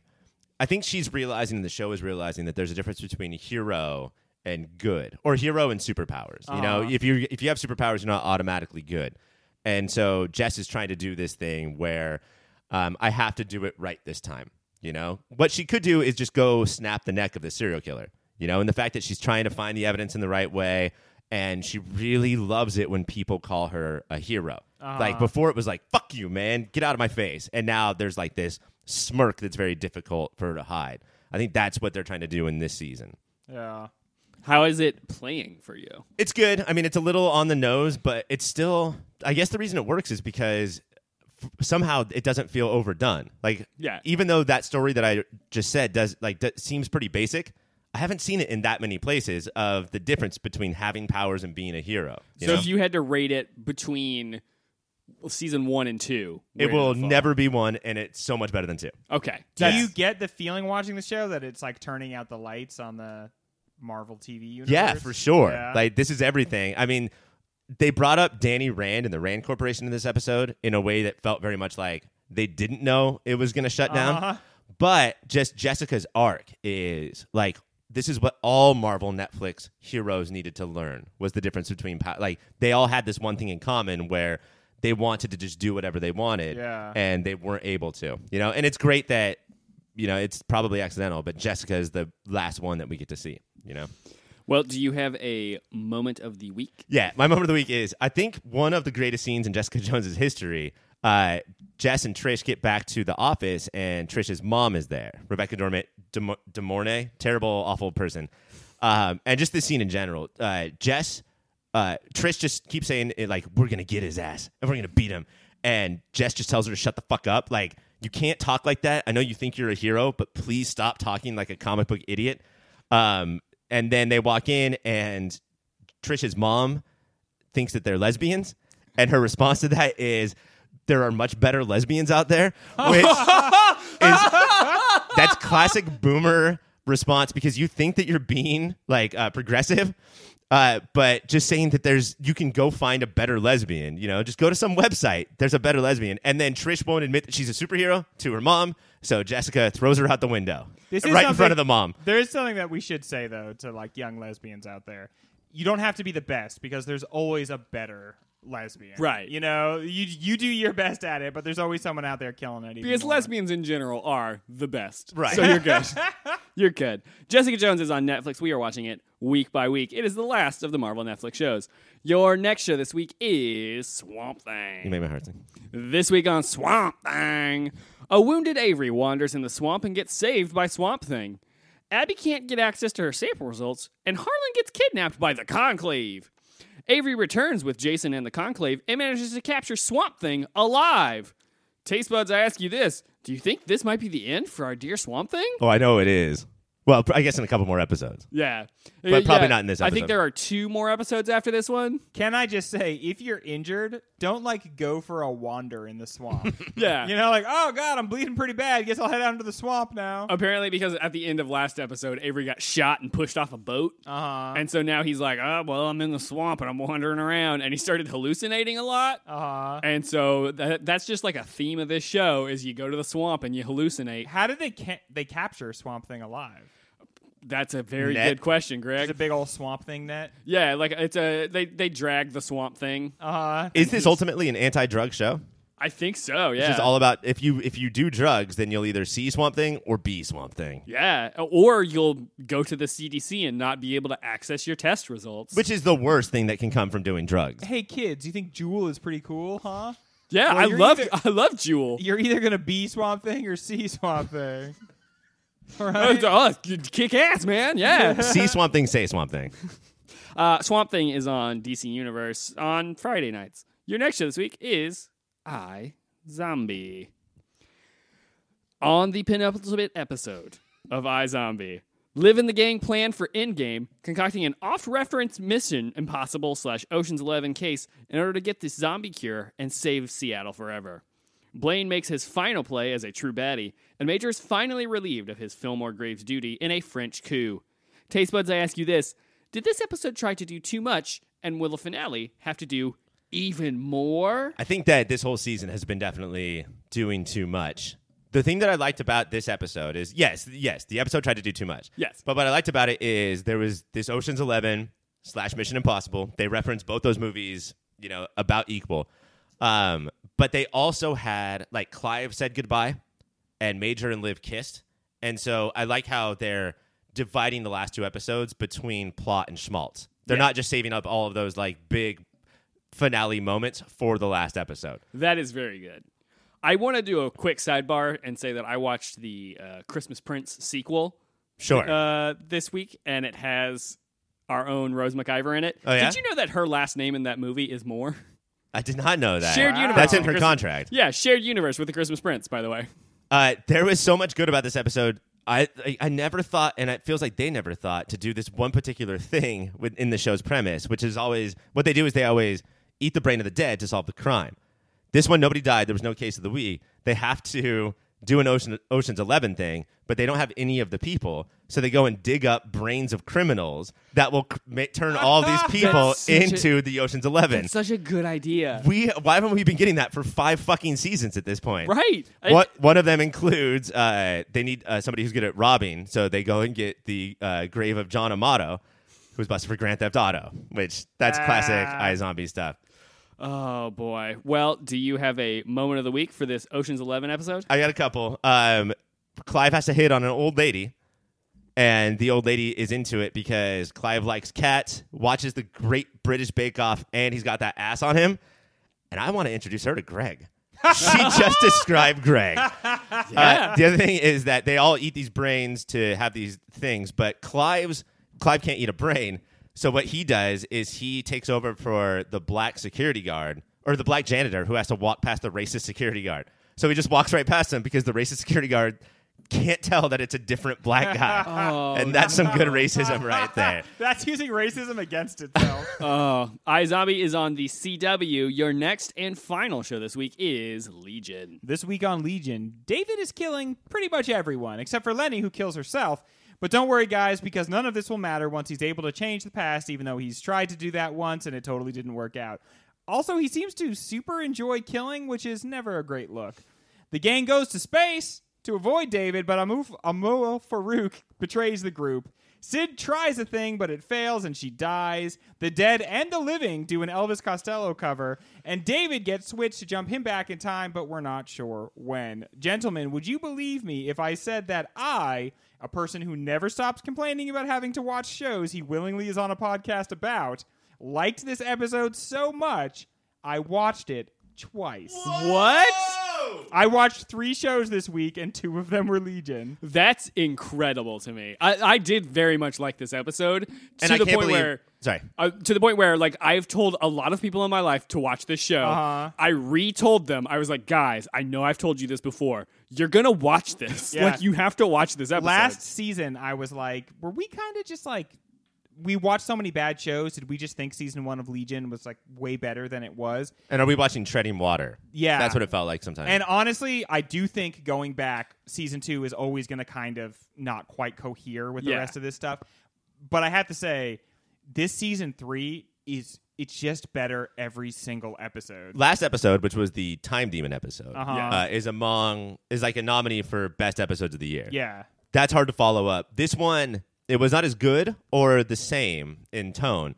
I think she's realizing, and the show is realizing that there's a difference between hero and good, or hero and superpowers. You know, if you if you have superpowers, you're not automatically good. And so Jess is trying to do this thing where um, I have to do it right this time. You know, what she could do is just go snap the neck of the serial killer. You know, and the fact that she's trying to find the evidence in the right way, and she really loves it when people call her a hero. Like before, it was like "fuck you, man, get out of my face," and now there's like this smirk that's very difficult for her to hide. I think that's what they're trying to do in this season.
Yeah.
How is it playing for you?
It's good. I mean, it's a little on the nose, but it's still. I guess the reason it works is because f- somehow it doesn't feel overdone. Like,
Yeah.
even though that story that I just said does like d- seems pretty basic, I haven't seen it in that many places of the difference between having powers and being a hero. you
so
know?
if you had to rate it between season one and two, where
it
did
will
fall?
never be one, and it's so much better than two.
Okay,
Do
that's-
you get the feeling watching the show that it's like turning out the lights on the Marvel TV universe?
Yeah, for sure.
Yeah.
Like this is everything. I mean, they brought up Danny Rand and the Rand Corporation in this episode in a way that felt very much like they didn't know it was going to shut down.
Uh-huh.
But just Jessica's arc is like this is what all Marvel Netflix heroes needed to learn was the difference between pow- like they all had this one thing in common where they wanted to just do whatever they wanted
Yeah.
and they weren't able to. You know, and it's great that you know, it's probably accidental, but Jessica is the last one that we get to see, you know.
well, do you have a moment of the week?
Yeah, my moment of the week is I think one of the greatest scenes in Jessica Jones's history. Uh, Jess and Trish get back to the office, and Trish's mom is there, Rebecca Dormit Dem- Demorne, terrible, awful person. Um, and just this scene in general, uh, Jess, uh, Trish just keeps saying it like we're gonna get his ass and we're gonna beat him, and Jess just tells her to shut the fuck up. Like you can't talk like that. I know you think you're a hero, but please stop talking like a comic book idiot. Um, and then they walk in, and Trish's mom thinks that they're lesbians, and her response to that is there are much better lesbians out there, which is that's classic boomer response because you think that you're being like uh, progressive. Uh, but just saying that there's you can go find a better lesbian, you know, just go to some website. There's a better lesbian, and then Trish won't admit that she's a superhero to her mom, so Jessica throws her out the window
This is
right in
something-
front of the mom.
There is something that we should say though to like young lesbians out there. You don't have to be the best because there's always a better lesbian.
Right.
You know, you you do your best at it, but there's always someone out there killing it. even
Because
more.
lesbians in general are the best.
Right.
So you're good. you're good. Jessica Jones is on Netflix. We are watching it week by week. It is the last of the Marvel Netflix shows. Your next show this week is Swamp
You
Thing.
made my heart sing.
This week on Swamp Thing, a wounded Avery wanders in the swamp and gets saved by Swamp Thing. Abby can't get access to her sample results, and Harlan gets kidnapped by the Conclave. Avery returns with Jason and the Conclave and manages to capture Swamp Thing alive. Taste buds, I ask you this: Do you think this might be the end for our dear Swamp Thing?
Oh, I know it is. Well, pr- I guess in a couple more episodes.
Yeah,
But probably not in this
I think
episode.
there are two more episodes after this one.
Can I just say, if you're injured, don't like go for a wander in the swamp.
Yeah,
you know, like oh god, I'm bleeding pretty bad. Guess I'll head out into the swamp
Oh.
now.
apparently because at the end of last episode, Avery got shot and pushed off a boat.
Uh huh.
And so now he's like, oh, well, I'm in the swamp and I'm wandering around. And he started hallucinating a lot.
Uh huh.
And so that, that's just like a theme of this show is you go to the swamp and you hallucinate.
How did they ca- they capture Swamp Thing alive?
That's a very
Net.
good question,
It's a
Greg.
big old Swamp Thing net.
yeah, like it's a they they drag the swamp thing.
Uh huh.
Is this ultimately an anti-drug show?
I think so. Yeah.
It's just all about if you if you do drugs, then you'll either see Swamp Thing or be Swamp Thing,
yeah, or you'll go to the CDC and not be able to access your test results.
which is the worst thing that can come from doing drugs.
Hey kids, you think Jewel is pretty cool, huh?
yeah,
well,
I
you're
love
either-
I love Jewel.
You're either gonna be Swamp Thing or see Swamp Thing.
Oh,
Right?
it's- oh, kick ass, man. Yeah.
see Swamp Thing, say Swamp Thing.
Uh, Swamp Thing is on DC Universe on Friday nights. Your next show this week is I Zombie. On the penultimate episode of I Zombie, Live and the gang plan for Endgame, concocting an off-reference mission impossible slash Ocean's Eleven case in order to get this zombie cure and save Seattle forever. Blaine makes his final play as a true baddie, and Major is finally relieved of his Fillmore Graves duty in a French coup. Taste buds, I ask you this: Did this episode try to do too much, and will the finale have to do even more?
I think that this whole season has been definitely doing too much. The thing that I liked about this episode is yes, yes, the episode tried to do too much.
Yes.
But what I liked about it is there was this Ocean's Eleven slash Mission Impossible. They referenced both those movies, you know, about equal. Um, but they also had like Clive said goodbye and Major and Liv kissed. And so I like how they're dividing the last two episodes between plot and schmaltz. They're not just saving up all of those like big finale moments for the last episode.
That is very good. I want to do a quick sidebar and say that I watched the uh, Christmas Prince sequel
Sure.
uh, this week, and it has our own Rose McIver in it.
Oh, yeah?
Did you know that her last name in that movie is Moore?
I did not know that.
Shared universe.
That's in her
Christmas-
contract.
Yeah, shared universe with the Christmas Prince, by the way.
Uh, there was so much good about this episode. I, I I never thought, and it feels like they never thought to do this one particular thing within the show's premise, which is always what they do is they always eat the brain of the dead to solve the crime. This one, nobody died. There was no case of the week. They have to do an Ocean, Ocean's Eleven thing, but they don't have any of the people, so they go and dig up brains of criminals that will cr- ma- turn all these people
That's such a-
into the Ocean's Eleven.
such a good idea.
We why haven't we been getting that for five fucking seasons at this point?
Right.
What one of them includes? Uh, they need uh, somebody who's good at robbing, so they go and get the uh, grave of John Amato, who was busted for Grand Theft Auto, which that's classic
Ah.
I Zombie stuff.
Oh, boy. Well, do you have a moment of the week for this Ocean's 11 episode?
I got a couple. Um, Clive has to hit on an old lady, and the old lady is into it because Clive likes cats, watches the Great British Bake Off, and he's got that ass on him. And I want to introduce her to Greg. she just described Greg. Uh, the other thing is that they all eat these brains to have these things, but Clive's Clive can't eat a brain. So what he does is he takes over for the black security guard or the black janitor who has to walk past the racist security guard. So he just walks right past him because the racist security guard can't tell that it's a different black guy.
Oh,
and that's some good racism right there.
That's using racism against itself.
Oh, iZombie is on the CW. Your next and final show this week is Legion.
This week on Legion, David is killing pretty much everyone, except for Lenny, who kills herself. But don't worry, guys, because none of this will matter once he's able to change the past, even though he's tried to do that once and it totally didn't work out. Also, he seems to super enjoy killing, which is never a great look. The gang goes to space to avoid David, but Amu, Amul Farouk betrays the group. Sid tries a thing, but it fails and she dies. The dead and the living do an Elvis Costello cover, and David gets switched to jump him back in time, but we're not sure when. Gentlemen, would you believe me if I said that I, a person who never stops complaining about having to watch shows he willingly is on a podcast about, liked this episode so much, I watched it twice.
What?
I watched three shows this week, and two of them were Legion.
That's incredible to me. I, I did very much like this episode
And
to
I
the
can't
point
believe-
where
Sorry.
uh, to the point where like I've told a lot of people in my life to watch this show.
Uh-huh.
I retold them. I was like, guys, I know I've told you this before. You're gonna watch this.
Yeah.
Like you have to watch this episode.
Last season, I was like, were we kind of just like, we watched so many bad shows. Did we just think season one of Legion was like way better than it was?
And are we watching Treading Water?
Yeah.
That's what it felt like sometimes.
And honestly, I do think going back, season two is always going to kind of not quite cohere with the
Yeah.
rest of this stuff. But I have to say, this season three is it's just better every single episode.
last episode, which was the Time Demon episode,
Uh-huh. Yeah.
uh, is among is like a nominee for best episodes of the year.
Yeah,
that's hard to follow up. This one, it was not as good or the same in tone,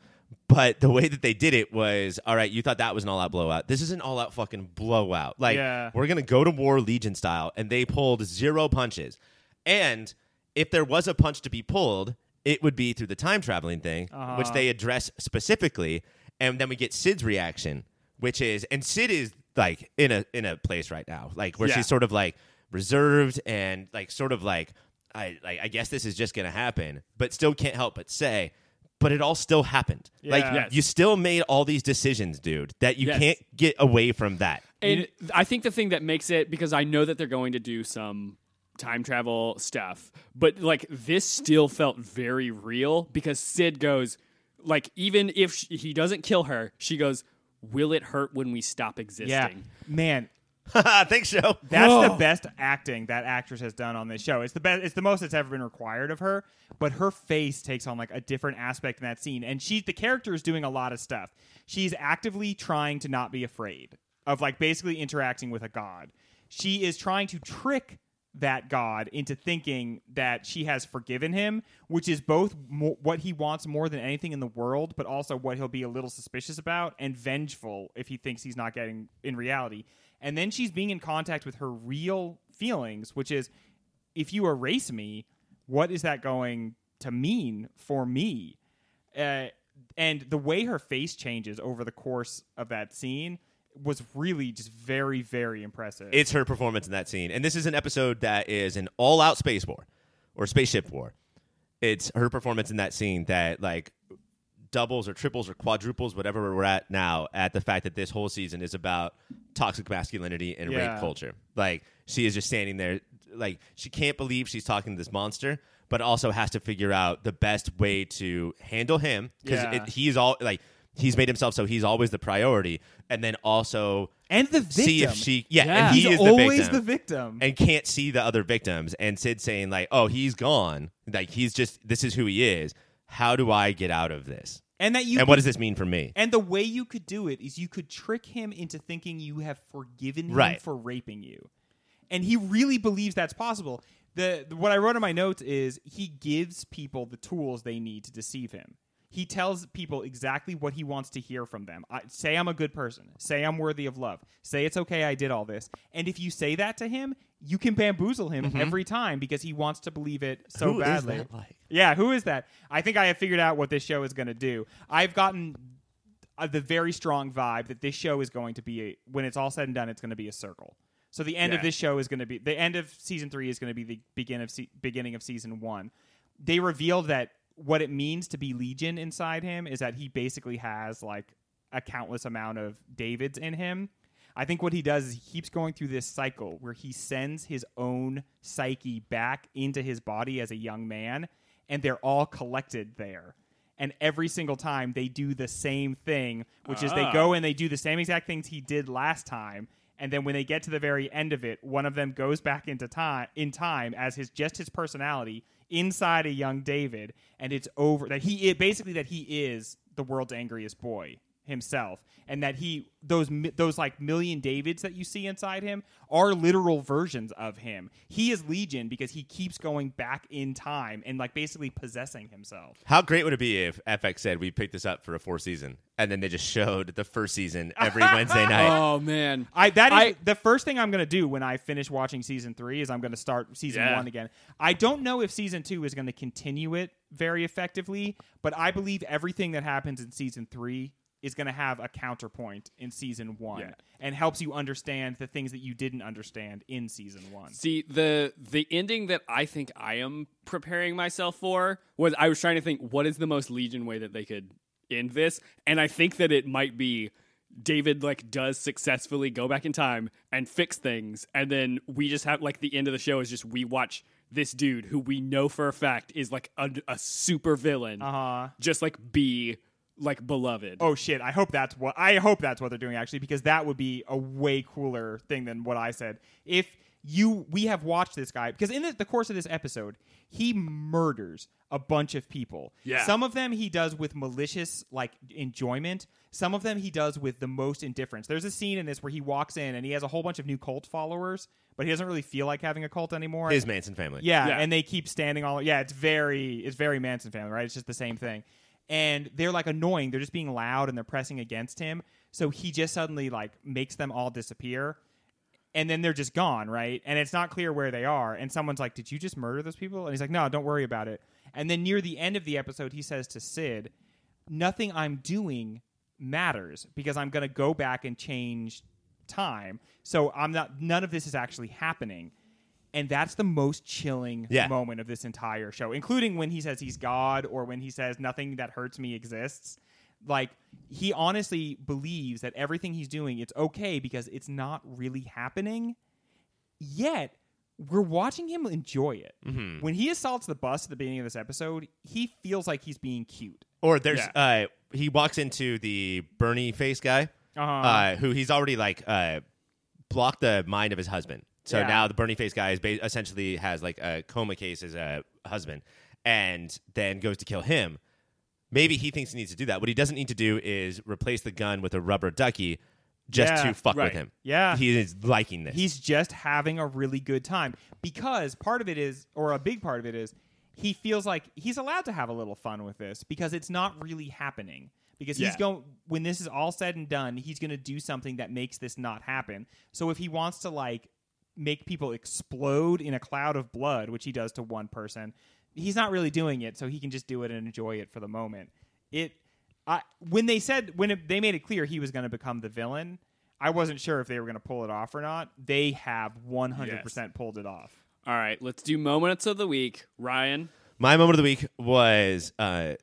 but the way that they did it was all right. You thought that was an all-out blowout. This is an all-out fucking blowout. Like
Yeah.
we're gonna go to war Legion style, and they pulled zero punches. And if there was a punch to be pulled, it would be through the time traveling thing, which they address specifically. And then we get Sid's reaction, which is, and Sid is like in a in a place right now, like where
Yeah.
she's sort of like reserved and like sort of like I like I guess this is just gonna happen, but still can't help but say, but it all still happened. Like
Yes.
you still made all these decisions, dude, that you
Yes.
can't get away from that.
And I think the thing that makes it because I know that they're going to do some time travel stuff, but like this still felt very real because Sid goes like even if sh he doesn't kill her, she goes, "Will it hurt when we stop existing?"
yeah, man.
Thanks, show.
That's the
Whoa.
best acting that actress has done on this show. It's the best. It's the most that's ever been required of her. But her face takes on like a different aspect in that scene, and she the character is doing a lot of stuff. She's actively trying to not be afraid of like basically interacting with a god. She is trying to trick that god into thinking that she has forgiven him, which is both mo- what he wants more than anything in the world, but also what he'll be a little suspicious about and vengeful if he thinks he's not getting in reality. And then she's being in contact with her real feelings, which is if you erase me, what is that going to mean for me? Uh, and the way her face changes over the course of that scene was really just very, very impressive.
It's her performance in that scene. And this is an episode that is an all out space war or spaceship war. It's her performance in that scene that like doubles or triples or quadruples whatever we're at now at the fact that this whole season is about toxic masculinity and
Yeah.
rape culture. Like she is just standing there like she can't believe she's talking to this monster but also has to figure out the best way to handle him cuz
Yeah.
he's all like he's made himself so he's always the priority and then also
and the victim.
see if she yeah,
Yeah.
and he
He's
is
always
the victim and can't see the other victims and sid saying like oh he's gone like he's just this is who he is how do i get out of this
and that you
and what does this mean for me
And the way you could do it is you could trick him into thinking you have forgiven him
Right.
for raping you. And he really believes that's possible. The, the- what I wrote in my notes is he gives people the tools they need to deceive him. He tells people exactly what he wants to hear from them. I, say I'm a good person. Say I'm worthy of love. Say it's okay I did all this. And if you say that to him, you can bamboozle him every time because he wants to believe it so
Mm-hmm. Who is
badly.
that like?
Yeah, who is that? I think I have figured out what this show is going to do. I've gotten uh, the very strong vibe that this show is going to be a, when it's all said and done, it's going to be a circle. So the end of
Yeah.
this show is going to be the end of season three is going to be the begin of se- beginning of season one. They revealed that what it means to be Legion inside him is that he basically has like a countless amount of Davids in him. I think what he does is he keeps going through this cycle where he sends his own psyche back into his body as a young man, and they're all collected there. And every single time they do the same thing, which is they
Ah.
go and they do the same exact things he did last time. And then when they get to the very end of it, one of them goes back into time in time as his just his personality inside a young David, and it's over that he it, basically that he is the world's angriest boy himself, and that he those mi- those like million Davids that you see inside him are literal versions of him. He is Legion because he keeps going back in time and like basically possessing himself.
How great would it be if FX said we picked this up for a four season, and then they just showed the first season every Wednesday night?
Oh man,
I that is
I-
the first thing I'm gonna do when I finish watching season three is I'm gonna start season
Yeah.
one again. I don't know if season two is gonna continue it very effectively, but I believe everything that happens in season three is gonna have a counterpoint in season one
Yeah.
and helps you understand the things that you didn't understand in season one.
See the the ending that I think I am preparing myself for was I was trying to think what is the most Legion way that they could end this, and I think that it might be David like does successfully go back in time and fix things, and then we just have like the end of the show is just we watch this dude who we know for a fact is like a, a super villain,
Uh-huh.
just like be like beloved.
Oh shit! I hope that's what I hope that's what they're doing actually, because that would be a way cooler thing than what I said. If you we have watched this guy because in the, the course of this episode, he murders a bunch of people.
Yeah.
Some of them he does with malicious like enjoyment. Some of them he does with the most indifference. There's a scene in this where he walks in and he has a whole bunch of new cult followers, but he doesn't really feel like having a cult anymore.
His Manson family.
Yeah,
Yeah.
and they keep standing all. Yeah, it's very it's very Manson family, right? It's just the same thing, and they're like annoying. They're just being loud and they're pressing against him. So he just suddenly like makes them all disappear, and then they're just gone, right? And it's not clear where they are. And someone's like, "Did you just murder those people?" And he's like, "No, don't worry about it." And then near the end of the episode, he says to Sid, "Nothing I'm doing matters because I'm going to go back and change time. So I'm not. None of this is actually happening." And that's the most chilling
Yeah.
moment of this entire show, including when he says he's God or when he says nothing that hurts me exists. Like he honestly believes that everything he's doing it's okay because it's not really happening. Yet we're watching him enjoy it. When he assaults the bus at the beginning of this episode, he feels like he's being cute.
Or there's uh, he walks into the Bernie face guy,
Uh-huh.
uh, who he's already like uh, blocked the mind of his husband. So
Yeah.
now the Bernie face guy is ba- essentially has like a coma case as a husband, and then goes to kill him. Maybe he thinks he needs to do that. What he doesn't need to do is replace the gun with a rubber ducky, just
Yeah,
to fuck
right.
with him.
Yeah.
he is liking this.
He's just having a really good time because part of it is, or a big part of it is, he feels like he's allowed to have a little fun with this because it's not really happening. Because he's
Yeah.
going when this is all said and done, he's going to do something that makes this not happen. So if he wants to like make people explode in a cloud of blood, which he does to one person, he's not really doing it. So he can just do it and enjoy it for the moment. It. I, when they said when it, they made it clear he was going to become the villain, I wasn't sure if they were going to pull it off or not. They have 100% pulled it off.
All right, let's do moments of the week, Ryan.
My moment of the week was uh,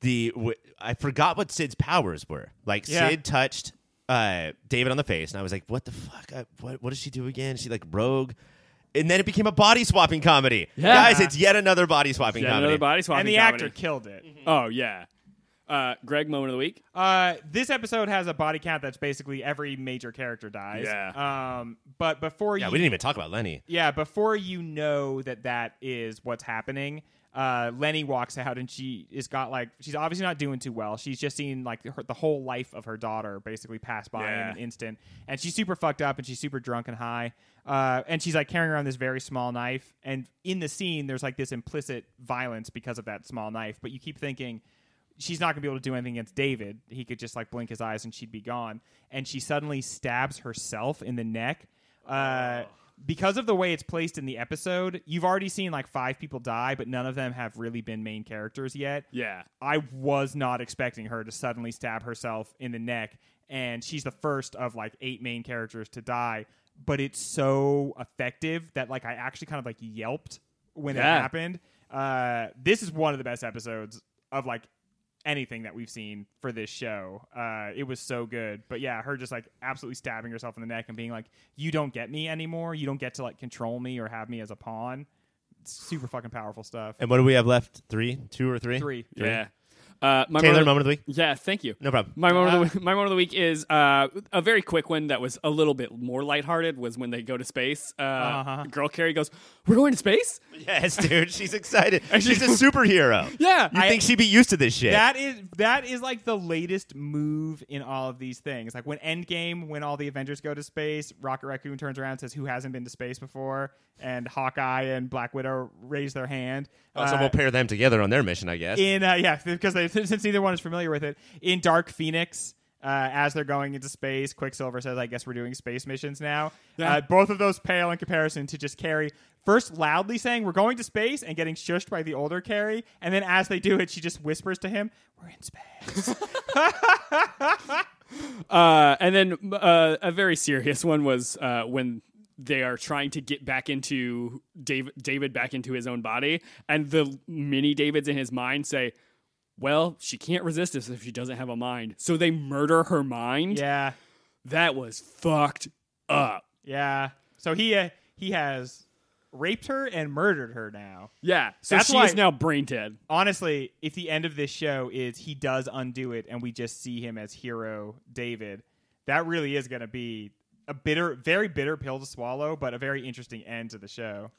the w- I forgot what Sid's powers were. Like
Yeah.
Sid touched uh, David on the face, and I was like, "What the fuck? I, what what does she do again? Is she like rogue?" And then it became a body swapping comedy.
Yeah.
Guys, it's yet another body swapping
Yeah,
comedy.
another body swapping
And the
comedy.
actor killed it.
Mm-hmm.
Oh yeah. Uh, Greg, moment of the week.
Uh, this episode has a body count that's basically every major character dies.
Yeah.
Um, but before
yeah,
you,
we didn't even talk about Lenny.
yeah, before you know that that is what's happening, uh, Lenny walks out and she is got like she's obviously not doing too well. She's just seen like her, the whole life of her daughter basically pass by in
Yeah.
an instant, and she's super fucked up and she's super drunk and high, uh, and she's like carrying around this very small knife. And in the scene, there's like this implicit violence because of that small knife, but you keep thinking. She's not gonna be able to do anything against David. He could just like blink his eyes and she'd be gone. And she suddenly stabs herself in the neck, uh, because of the way it's placed in the episode, you've already seen like five people die, but none of them have really been main characters yet.
Yeah.
I was not expecting her to suddenly stab herself in the neck, and she's the first of like eight main characters to die. But it's so effective that like I actually kind of like yelped when it
Yeah.
happened. Uh, this is one of the best episodes of like anything that we've seen for this show. Uh, it was so good. But yeah, her just like absolutely stabbing herself in the neck and being like, "You don't get me anymore. You don't get to like control me or have me as a pawn." It's super fucking powerful stuff.
And what do we have left? Three, two or three?
Three.
Yeah. Uh, my moment
Taylor,
of-
moment of the week?
Yeah, thank you.
No problem.
My moment, of the, week- my moment of the week is uh, a very quick one that was a little bit more lighthearted. Was when they go to space. Uh,
Uh-huh.
Girl Carrie goes, "We're going to space."
Yes, dude. She's excited.
she-
She's a superhero.
Yeah,
You
I-
think she'd be used to this shit?
That is that is like the latest move in all of these things. Like when Endgame, when all the Avengers go to space, Rocket Raccoon turns around and says, "Who hasn't been to space before?" And Hawkeye and Black Widow raise their hand.
Oh, so
Uh,
we'll pair them together on their mission, I guess.
in uh, yeah, because they, since neither one is familiar with it, in Dark Phoenix. Uh, as they're going into space, Quicksilver says, "I guess we're doing space missions now." Uh, both of those pale in comparison to just Carrie first loudly saying, "We're going to space," and getting shushed by the older Carrie, and then as they do it, she just whispers to him, "We're in space."
Uh, and then uh, a very serious one was uh, when they are trying to get back into David, David back into his own body, and the mini Davids in his mind say, "Well, she can't resist us if she doesn't have a mind." So they murder her mind.
yeah,
That was fucked up.
yeah. So he uh, he has raped her and murdered her now.
Yeah, so
That's
she
why-
is now brain dead.
honestly, if the end of this show is he does undo it and we just see him as hero David, that really is going to be a bitter, very bitter pill to swallow, but a very interesting end to the show.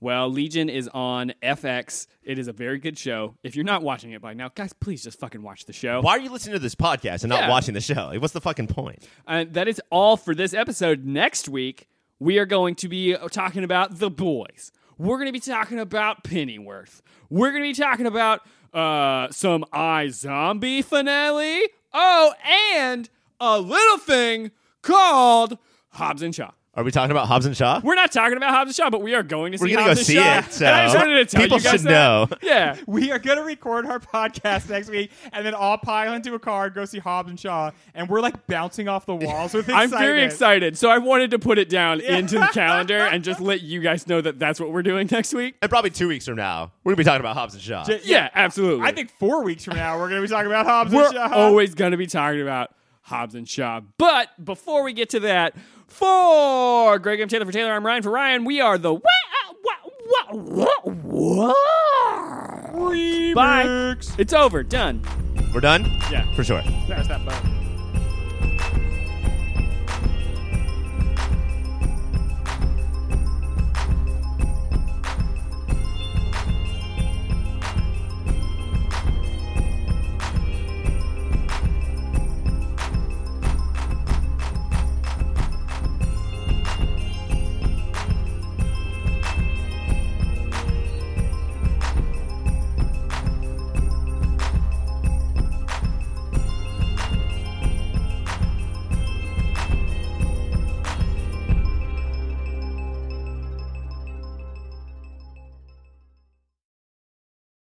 Well, Legion is on FX. It is a very good show. If you're not watching it by now, guys, please just fucking watch the show.
Why are you listening to this podcast and not
Yeah.
watching the show? Like, What's the fucking point?
Uh, that is all for this episode. Next week, we are going to be uh, talking about the boys. We're going to be talking about Pennyworth. We're going to be talking about uh, some I Zombie finale. Oh, and a little thing called Hobbs and Shaw.
Are we talking about Hobbs and Shaw?
We're not talking about Hobbs and Shaw, but we are going to see
We're gonna go
Hobbs and
see
Shaw.
it, so
And I just wanted to tell
people
you guys
should
that.
know.
Yeah.
We are going to record our podcast next week and then all pile into a car and go see Hobbs and Shaw. And we're like bouncing off the walls with
I'm
excitement.
very excited. So I wanted to put it down into the calendar and just let you guys know that that's what we're doing next week.
And probably two weeks from now, we're gonna be talking about Hobbs and Shaw.
J-
Yeah, absolutely.
I think four weeks from now, we're going to be talking about Hobbs
we're
and Shaw.
always going to be talking about Hobbs and Shaw. But before we get to that, for Greg M. Taylor, for Taylor, I'm Ryan. For Ryan, we are the what? What? What? What? Bye.
Remix.
It's over. Done.
We're done.
Yeah.
for sure.
Press that button.